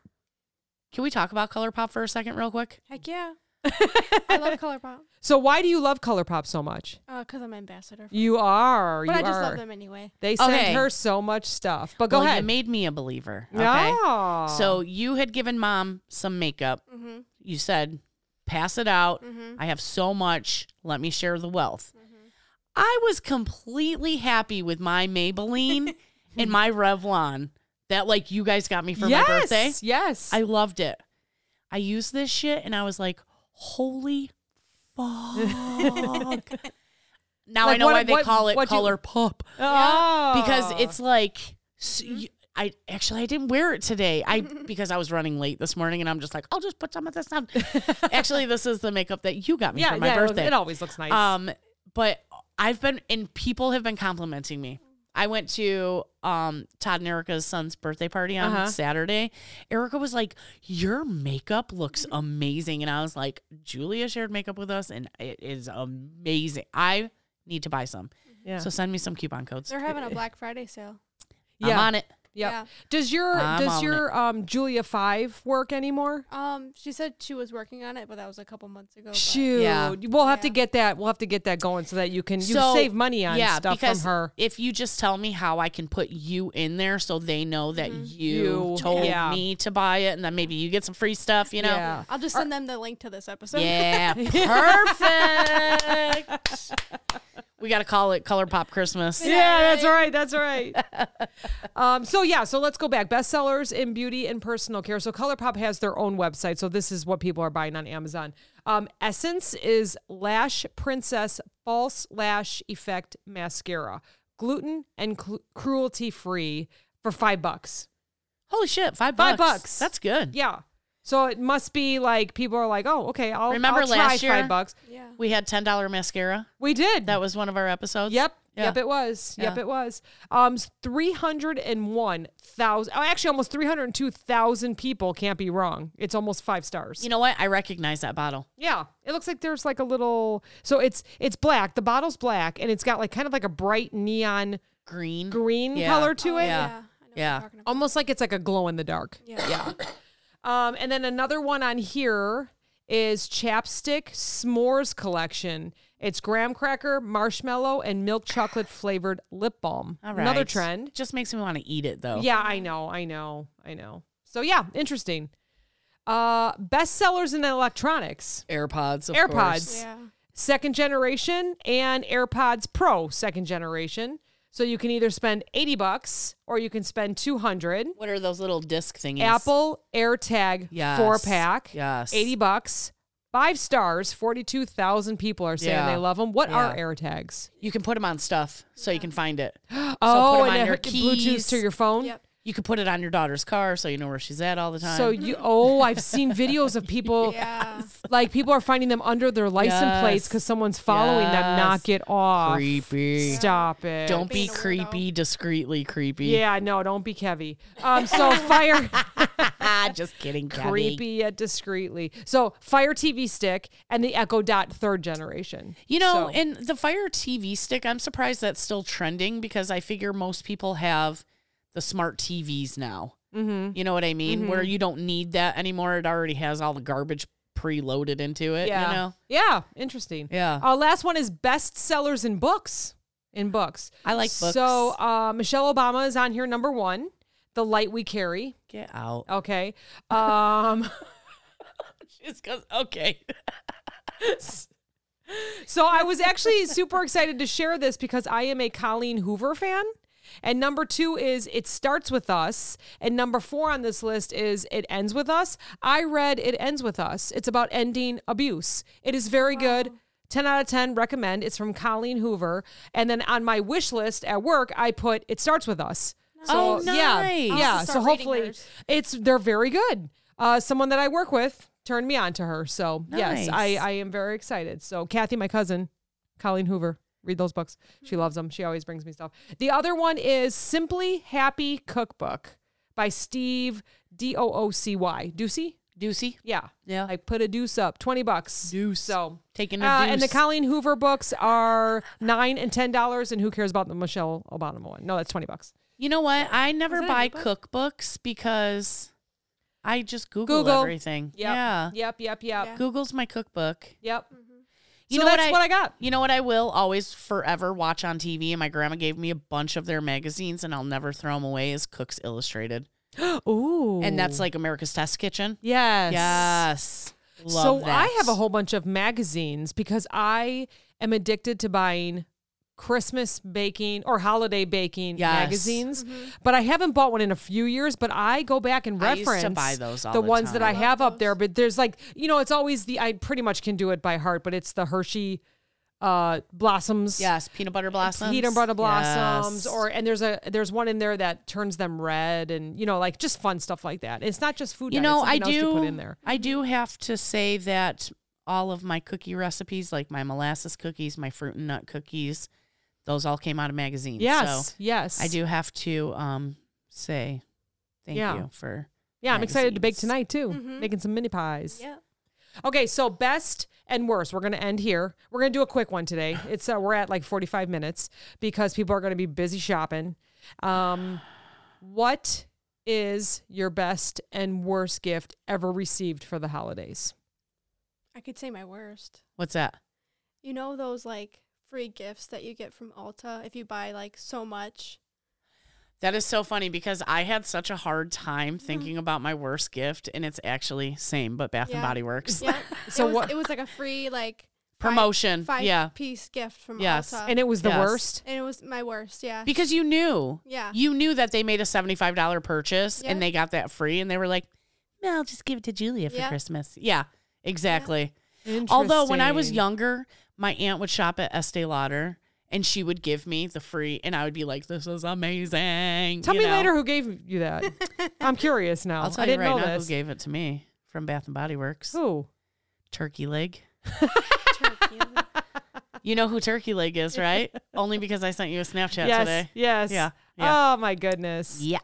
B: Can we talk about ColourPop for a second, real quick? [laughs]
C: Heck yeah. I love ColourPop
D: So why do you love ColourPop so much?
C: because I'm an ambassador. For
D: You are.
C: but
D: you
C: I just
D: are.
C: love them anyway.
D: They send
B: Okay.
D: her so much stuff. But go
B: well,
D: ahead.
B: You made me a believer. Okay.
D: Yeah.
B: So you had given mom some makeup.
C: Mhm.
B: You said, pass it out. I have so much. Let me share the wealth. I was completely happy with my Maybelline and my Revlon that, like, you guys got me for
D: yes,
B: my birthday.
D: Yes.
B: I loved it. I used this shit and I was like, holy
D: [laughs]
B: fuck. now I
D: Like,
B: know
D: what-
B: why they
D: what-
B: call it
D: what you-
B: color pop
D: oh.
B: because it's like s
D: Mm-hmm.
B: you, I actually I didn't wear it today.
D: [laughs]
B: I because I was running late this morning and I'm just like I'll just put some of this on. actually, this is the makeup that you got me
D: yeah,
B: for my
D: yeah, it looks-
B: birthday.
D: It always looks nice.
B: Um, but I've been and people have been complimenting me. I went to um Todd and Erica's son's birthday party on
D: Uh-huh.
B: Saturday. Erica was like, "Your makeup looks amazing," and I was like, "Julia shared makeup with us, and it is amazing. I need to buy some.
D: yeah.
B: So send me some coupon codes.
C: They're having a Black Friday sale.
B: I'm
D: yeah.
B: on it.
D: Yep.
C: Yeah.
D: Does your
B: I'm
D: does
B: on
D: your um Julia 5 work anymore?
C: Um, she said she was working on it, but that was a couple months ago. but-
D: Shoot.
B: Yeah.
D: We'll have to
C: Yeah.
D: get that. We'll have to get that going so that you can you
B: So,
D: save money on
B: yeah,
D: stuff from
B: because
D: her.
B: If you just tell me how I can put you in there so they know that you,
D: Mm-hmm. You,
B: told
D: yeah.
B: me to buy it and then maybe you get some free stuff, you know?
D: Yeah.
C: I'll just send them the link to this episode.
B: Yeah,
D: [laughs]
B: perfect. we got to call it ColourPop Christmas.
D: Yeah, that's right. That's right. [laughs] um, so yeah, so let's go back. Bestsellers in beauty and personal care. So ColourPop has their own website. So this is what people are buying on Amazon. Um, Essence is Lash Princess False Lash Effect Mascara, gluten and cl- cruelty free for five bucks.
B: Holy shit, five bucks.
D: Five bucks.
B: That's good.
D: Yeah. So it must be like people are like, oh, okay, I'll
B: Remember
D: I'll
B: last
D: try
B: year?
D: five bucks.
C: [laughs] Yeah.
B: We had ten dollar mascara.
D: We did.
B: That was one of our episodes.
D: Yep.
B: Yeah.
D: Yep, it was. Yep,
B: Yeah.
D: it was. Um, three hundred and one thousand. Oh, actually, almost three hundred two thousand people can't be wrong. It's almost five stars.
B: You know what? I recognize that bottle.
D: yeah, it looks like there's like a little. So it's it's black. The bottle's black, and it's got like kind of like a bright neon
B: Green.
D: green
B: Yeah. Oh,
D: color to it.
B: yeah.
C: I know what you're
B: Yeah.
C: talking about.
D: Almost like it's like a glow in the dark.
C: Yeah.
D: Um, and then another one on here is Chapstick S'mores Collection. It's graham cracker, marshmallow, and
B: [sighs]
D: milk chocolate flavored lip balm.
B: All right.
D: Another trend.
B: Just makes me want to eat it though.
D: Yeah, I know, I know, I know. So yeah, interesting. Uh bestsellers in electronics,
B: AirPods. Of
D: AirPods.
C: Yeah.
D: second generation and AirPods Pro second generation. So you can either spend 80 bucks or you can spend 200.
B: What are those little disc thingies?
D: Apple AirTag
B: Yes.
D: four pack,
B: Yes.
D: 80 bucks. Five stars, 42,000 people are saying
B: Yeah.
D: they love them. What
B: Yeah.
D: are AirTags?
B: You can put them on stuff so you can find
D: [gasps]
B: it.
D: Oh,
B: put 'em
D: and
B: on
D: it
B: your
D: hook- Bluetooth to
B: keys.
D: your phone?
C: Yep.
B: You could put it on your daughter's car so you know where she's at all the time.
D: So you oh,
B: [laughs]
D: I've seen videos of people
C: Yeah.
D: like people are finding them under their license plates
B: Yes.
D: because someone's following them. Knock it off.
B: creepy.
D: Stop it.
B: Don't be
C: Being a weirdo.
B: creepy, discreetly creepy.
D: Yeah, no, don't be Kevy. Um, so fire
B: [laughs] Ah, just kidding, Gabby.
D: creepy yet discreetly. So fire TV stick and the Echo Dot third generation.
B: You know,
D: So-
B: and the Fire TV stick, I'm surprised that's still trending because I figure most people have the smart TVs now. Mm-hmm. You know what I mean? Where you don't need that anymore. It already has all the garbage preloaded into it.
D: Yeah. Oh.
B: You know?
D: Yeah. Interesting.
B: Yeah.
D: Uh, Our last one is best sellers in books. In books.
B: I like books.
D: So uh, Michelle Obama is on here number one. The light we carry.
B: Get out. [laughs]
D: Okay. Um
B: Just 'cause- okay.
D: So I was actually super excited to share this because I am a Colleen Hoover fan. And number two is It Starts With Us. And number four on this list is It Ends With Us. I read It Ends With Us. It's about ending abuse. It is very good. 10 out of 10 recommend. It's from Colleen Hoover. And then on my wish list at work, I put It Starts With Us.
B: Oh, nice.
D: Yeah.
B: I'll
D: Yeah.
C: have to
D: So
C: start reading
D: hopefully
C: hers.
D: it's they're very good. Uh, someone that I work with turned me on to her. So yes, I,
B: Nice.
D: I am very excited. So Kathy, my cousin, Colleen Hoover, read those books. She
B: Hmm.
D: loves them. She always brings me stuff. The other one is Simply Happy Cookbook by Steve D O O C Y. Ducey?
B: Deucey.
D: Yeah.
B: Yeah.
D: Like put a deuce up, 20 bucks.
B: Deuce.
D: So
B: Taking a
D: uh, and the
B: deuce.
D: Colleen Hoover books are nine and ten dollars, and who cares about the Michelle Obama one? No, that's twenty bucks.
B: You know what? I never
D: that a
B: buy
D: notebook?
B: cookbooks because I just Google,
D: Google.
B: everything.
D: Yep.
B: Yeah.
D: Yep. Yep. Yep.
C: Yeah.
B: Google's my cookbook.
D: Yep.
B: You
D: so
B: know
D: that's
B: what I,
D: what I got.
B: You know what I will always forever watch on TV, and my grandma gave me a bunch of their magazines, and I'll never throw them away. Is Cooks Illustrated,
D: Ooh.
B: and that's like America's Test Kitchen.
D: yes.
B: Yes,
D: so
B: love
D: I
B: that.
D: have a whole bunch of magazines because I am addicted to buying Christmas baking or holiday baking
B: Yes.
D: magazines. But I haven't bought one in a few years, but I go back and
B: I
D: reference
B: used to buy those all
D: the,
B: the
D: ones that
B: time.
D: I have up there. But there's like, you know, it's always the I pretty much can do it by heart, but it's the Hershey uh blossoms.
B: yes peanut butter blossoms,
D: Peanut butter blossoms,
B: Yes.
D: or and there's a there's one in there that turns them red, and you know like just fun stuff like that. It's not just food.
B: you
D: dye,
B: know
D: it's
B: I
D: something else
B: do.
D: you put in there.
B: I do have to say that all of my cookie recipes, like my molasses cookies, my fruit and nut cookies, those all came out of magazines.
D: Yes,
B: so
D: yes,
B: I do have to um say thank
D: Yeah.
B: you for
D: Yeah, I'm excited to bake
B: magazines. Mm-hmm.
D: tonight too. Making some mini pies.
C: Yeah.
D: Okay, so best and worst. We're going to end here. We're going to do a quick
B: [sighs]
D: one today. It's uh, we're at like 45 minutes because people are going to be busy shopping. Um, what is your best and worst gift ever received for the holidays?
C: I could say my worst.
B: What's that?
C: You know those like free gifts that you get from Ulta if you buy like
B: [laughs]
C: so much.
B: That is so funny because I had such a hard time
D: Mm-hmm.
B: thinking about my worst gift, and it's actually same, but Bath and
C: Yeah.
B: Body Works
C: Yeah.
D: So
C: it was,
D: what-
C: It was like a free like
B: promotion.
C: five
B: yeah,
C: piece gift from
B: Yes.
C: Ulta,
D: And it was the
B: Yes.
D: worst.
C: and it was my worst. Yeah.
B: because you knew,
C: yeah.
B: you knew that they made a seventy-five dollar purchase
C: Yeah.
B: and they got that free, and they were like, "No, I'll just give it to Julia for
C: Yeah.
B: Christmas." Yeah, exactly. Although when I was
D: Interesting.
B: younger, my aunt would shop at Estee Lauder, and she would give me the free, and I would be like, "This is amazing."
D: Tell
B: you
D: me
B: know?
D: later who gave
B: [laughs]
D: you that. I'm curious now.
B: I'll tell
D: I
B: you
D: didn't
B: right
D: know
B: now
D: this.
B: who gave it to me from Bath and Body Works.
D: Who?
B: Turkey leg.
C: Turkey.
B: You know who Turkey Leg
D: [laughs]
B: is, right? Only because I sent you a Snapchat
D: yes.
B: today.
D: Yes.
B: Yeah, yeah.
D: Oh my goodness.
B: Yeah.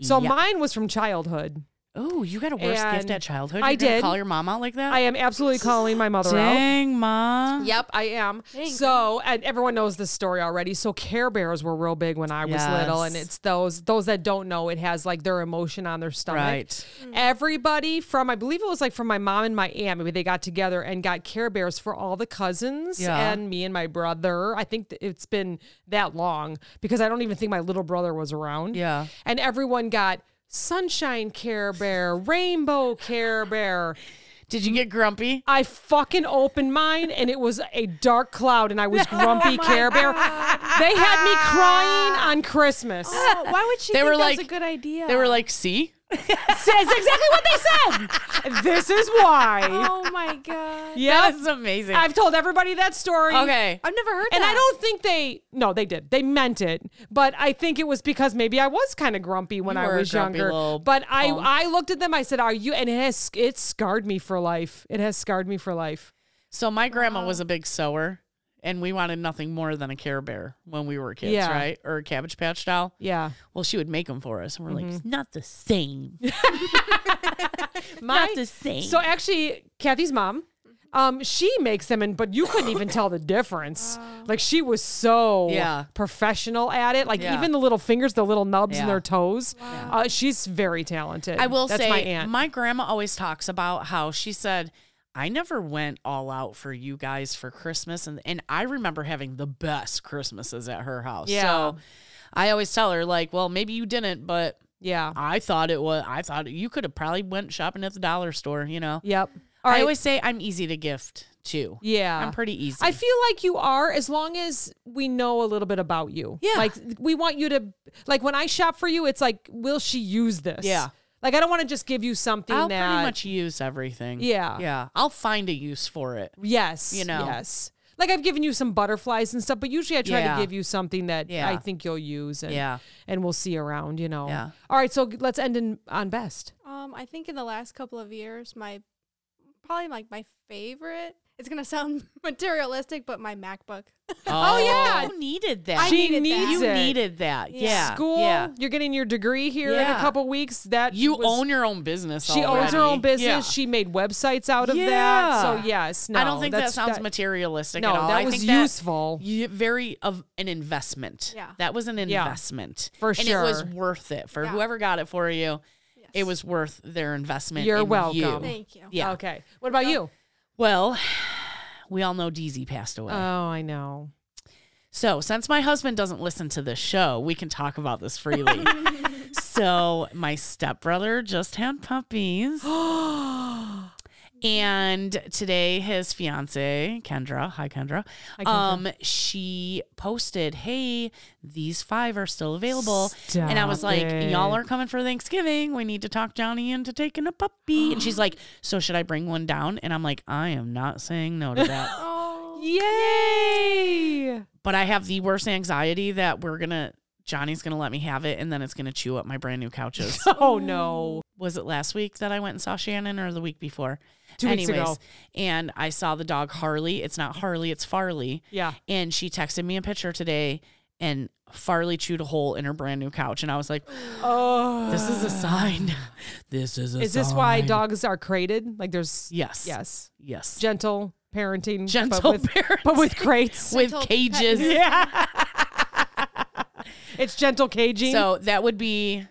D: So mine was from childhood.
B: Oh, you got a worst gift
D: And
B: at childhood.
D: I
B: You're gonna
D: did.
B: Call your mom out like that.
D: I am absolutely calling my mother out.
B: Dang, ma.
D: Yep, I am.
C: Dang,
D: so, and everyone knows this story already. So, Care Bears were real big when I was little, and
B: Yes.
D: it's those those that don't know, it has like their emotion on their stomach.
B: Right.
D: Everybody from, I believe it was like from my mom and my aunt, maybe they got together and got Care Bears for all the cousins
B: Yeah.
D: and me and my brother. I think th- it's been that long because I don't even think my little brother was around.
B: Yeah.
D: and everyone got. Sunshine Care Bear, Rainbow Care Bear,
B: Did
C: Mm.
B: you get grumpy?
D: I fucking opened mine and it was a dark cloud and I was grumpy Care Bear. They had me crying on Christmas.
C: Oh, why would she?
B: They
C: think
B: were
C: that was
B: like-
C: a good idea.
B: They were like, "See,
D: That's exactly what they said. This is why.
C: oh my god.
B: that
D: Yep.
B: is amazing."
D: I've told everybody that story.
B: okay.
C: I've never heard that.
D: And I don't think they no, they did. They meant it. But I think it was because maybe I was kind of grumpy when
B: You
D: I
B: were a
D: was
B: grumpy
D: younger.
B: little
D: But I
B: punk.
D: I looked at them, I said, Are you and it has it scarred me for life. It has scarred me for life.
B: So my grandma was a big sewer, and we wanted nothing more than a Care Bear when we were kids,
D: Yeah.
B: right? Or a Cabbage Patch doll.
D: Yeah.
B: Well, she would make them for us, and we're like, "It's not the
C: [laughs]
B: same. [laughs]
D: My-
B: not the same."
D: So actually, Kathy's mom, um, she makes them, and but you couldn't even tell the difference. Like she was so
B: Oh. Yeah.
D: professional at it. Like
B: Yeah.
D: even the little fingers, the little nubs in
B: Yeah.
D: their toes. Uh, she's very talented.
B: I will
D: That's
B: say,
D: my aunt.
B: grandma always talks about how she said, "I never went all out for you guys for Christmas," and and I remember having the best Christmases at her house.
D: Yeah.
B: So I always tell her like, "Well, maybe you didn't, but
D: yeah.
B: I thought it was. I thought you could have probably went shopping at the dollar store. You know."
D: Yep. All
B: I
D: right.
B: always say I'm easy to gift too.
D: yeah.
B: I'm pretty easy.
D: I feel like you are as long as we know a little bit about you.
B: Yeah.
D: Like we want you to like when I shop for you, it's like, will she use this?
B: Yeah.
D: Like I don't want to just give you something
B: I'll
D: that
B: pretty much use everything.
D: Yeah.
B: yeah. I'll find a use for it.
D: Yes.
B: You know?
D: Yes. Like I've given you some butterflies and stuff, but usually I try
B: Yeah.
D: to give you something that
B: Yeah.
D: I think you'll use and [laughs]
B: Yeah.
D: and we'll see around, you know.
B: Yeah.
D: All right, so let's end in, on best.
C: Um, I think in the last couple of years, my probably like my favorite It's gonna sound [laughs] materialistic, but my MacBook.
B: Oh,
D: yeah.
B: Who needed that?
C: I
D: She
C: needed
D: needs
C: that.
B: you
D: it.
B: needed that.
C: Yeah.
B: Yeah.
D: School,
B: Yeah.
D: you're getting your degree here in a
B: Yeah.
D: couple weeks. That
B: You
D: was-
B: own your own business.
D: She owns her
B: already.
D: own business.
B: Yeah.
D: She made websites out of that. So
B: Yeah.
D: yes, no,
B: I don't think that
D: that's-
B: sounds materialistic
D: No,
B: at all.
D: that
B: I
D: was
B: think
D: useful.
B: you- very of an investment.
C: Yeah.
B: that was an
D: Yeah.
B: investment
D: For
B: and it was
D: sure.
B: worth it for
C: Yeah.
B: whoever got it for you. It
C: Yes.
B: was worth their investment.
D: You're
B: in
D: welcome.
B: you.
C: Thank you.
B: Yeah.
D: Okay. What about you?
B: Well, [sighs] we all know DZ passed away.
D: Oh, I know.
B: So, since my husband doesn't listen to this show, we can talk about this
D: [laughs]
B: freely. so, my stepbrother just had
D: [gasps]
B: puppies. and today, his fiance, Kendra, hi, Kendra,
D: Kendra.
B: um, she posted, Hey, these five are still available. and I was
D: Stop
B: like, Y'all
D: it.
B: are coming for Thanksgiving. We need to talk Johnny into taking a puppy.
D: [gasps]
B: and she's like, So, should I bring one down? And I'm like, I am not saying no to
D: [laughs]
B: that
C: Oh,
D: Yay!
B: but I have the worst anxiety that we're gonna Johnny's gonna let me have it and then it's gonna chew up my brand new couches.
D: [laughs] Oh no.
B: Was it last week that I went and saw Shannon or the week before?
D: Two weeks
B: Anyways,
D: ago.
B: and I saw the dog Harley. It's not Harley, it's Farley.
D: Yeah.
B: And she texted me a picture today and Farley chewed a hole in her brand new couch. And I was like,
D: Oh.
B: this is a sign. [laughs] This is a
D: Is this why
B: sign.
D: dogs are crated? Like there's
B: Yes.
D: yes,
B: Yes.
D: gentle parenting,
B: Gentle [laughs]
D: but with,
B: parents
D: but with crates.
B: with
C: Gentle pet
B: cages.
C: parents.
D: yeah. it's gentle caging.
B: So that would be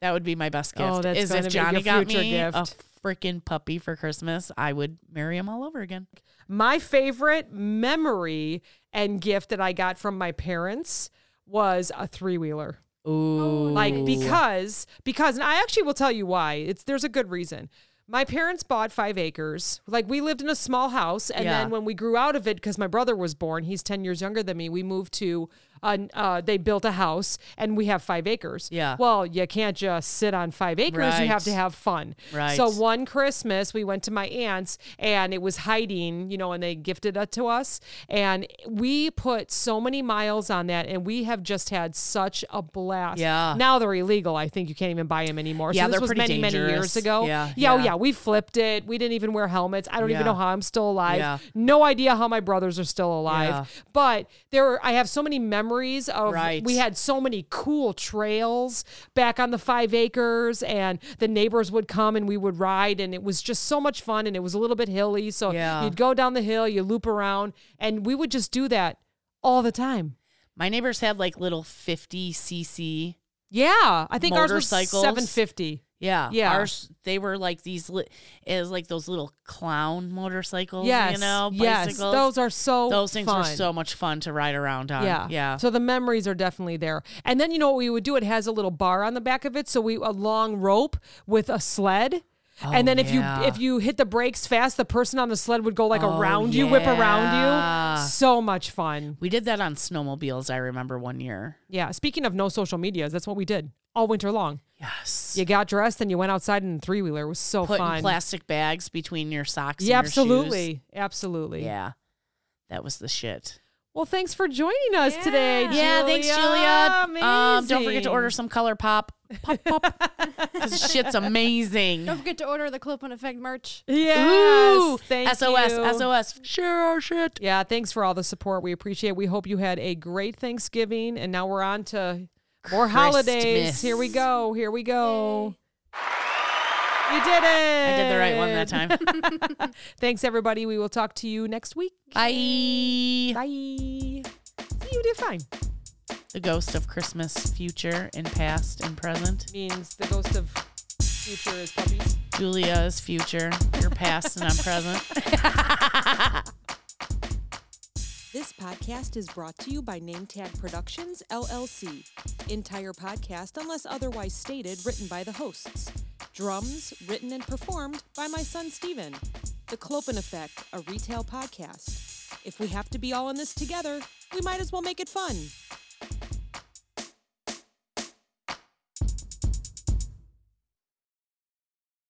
B: that would be my best gift.
D: Oh, that's
B: is
D: gonna
B: if
D: be your
B: Johnny got
D: future
B: me a
D: gift.
B: freaking puppy for Christmas, I would marry him all over again.
D: My favorite memory and gift that I got from my parents was a three wheeler.
B: Ooh,
D: Like because because and I actually will tell you why. It's there's a good reason. My parents bought five acres. Like we lived in a small house, and
B: Yeah.
D: then when we grew out of it, because my brother was born, he's ten years younger than me. We moved to, an, uh, they built a house, and we have five acres.
B: Yeah.
D: Well, you can't just sit on five acres. You have to
B: Right.
D: have fun.
B: Right.
D: So one Christmas we went to my aunt's and it was hiding, you know, and they gifted it to us. And we put so many miles on that and we have just had such a blast.
B: Yeah.
D: Now they're illegal. I think you can't even buy them anymore.
B: Yeah,
D: so this
B: they're
D: was
B: pretty
D: many, many
B: dangerous.
D: years ago.
B: Yeah,
D: Yeah, oh
B: yeah.
D: yeah. We flipped it. We didn't even wear helmets. I don't even
B: Yeah.
D: know how I'm still alive.
B: Yeah.
D: No idea how my brothers are still alive.
B: Yeah.
D: But there were, I have so many memories of
B: Right.
D: we had had so many cool trails back on the five acres and the neighbors would come and we would ride and it was just so much fun and it was a little bit hilly so
B: Yeah.
D: you'd go down the hill you loop around and we would just do that all the time
B: my neighbors had like little fifty cc.
D: yeah i think ours was
B: Motorcycles.
D: 750
B: Yeah,
D: Yeah.
B: Ours, they were like these, li- is like those little clown motorcycles.
D: yes
B: you know,
D: yes
B: bicycles.
D: those are so
B: Those things
D: fun.
B: were so much fun to ride around on.
D: Yeah.
B: yeah.
D: So the memories are definitely there. And then you know what we would do? It has a little bar on the back of it. So we a long rope with a sled. and then if
B: Oh, yeah.
D: you if you hit the brakes fast, the person on the sled would go like
B: Oh,
D: around you, whip around
B: yeah.
D: you. So much fun.
B: we did that on snowmobiles. I remember one year.
D: Yeah. Speaking of no social medias, that's what we did all winter long.
B: Yes,
D: You got dressed and you went outside in the three wheeler. It was so
B: putting
D: fun.
B: plastic bags between your socks.
D: yeah,
B: and your shoes.
D: absolutely. Absolutely.
B: Yeah. That was the shit.
D: Well, thanks for joining us today.
C: Yeah.
B: Yeah, thanks, Julia. Um, don't forget to
D: Amazing.
B: order some color pop. Pop, pop. This shit's amazing.
C: don't forget to order the Clip on Effect merch.
D: Yes. Thank
B: SOS,
D: you.
B: SOS. Share our shit.
D: Yeah, thanks for all the support. We appreciate. It. We hope you had a great Thanksgiving, and now we're on to more holidays.
B: Christmas.
D: Here we go. Here we go. You did it.
B: I did the right one that time.
D: Thanks, everybody. We will talk to you next week.
B: Bye.
D: Bye. See, you did fine.
B: The ghost of Christmas, future and past and present.
D: Means the ghost of future is puppies.
B: Julia is future. Your past and I'm present.
A: This podcast is brought to you by NameTag Productions, LLC. Entire podcast, unless otherwise stated, written by the hosts. Drums, written and performed by my son Steven. The Clopen Effect, a retail podcast. If we have to be all in this together, we might as well make it fun.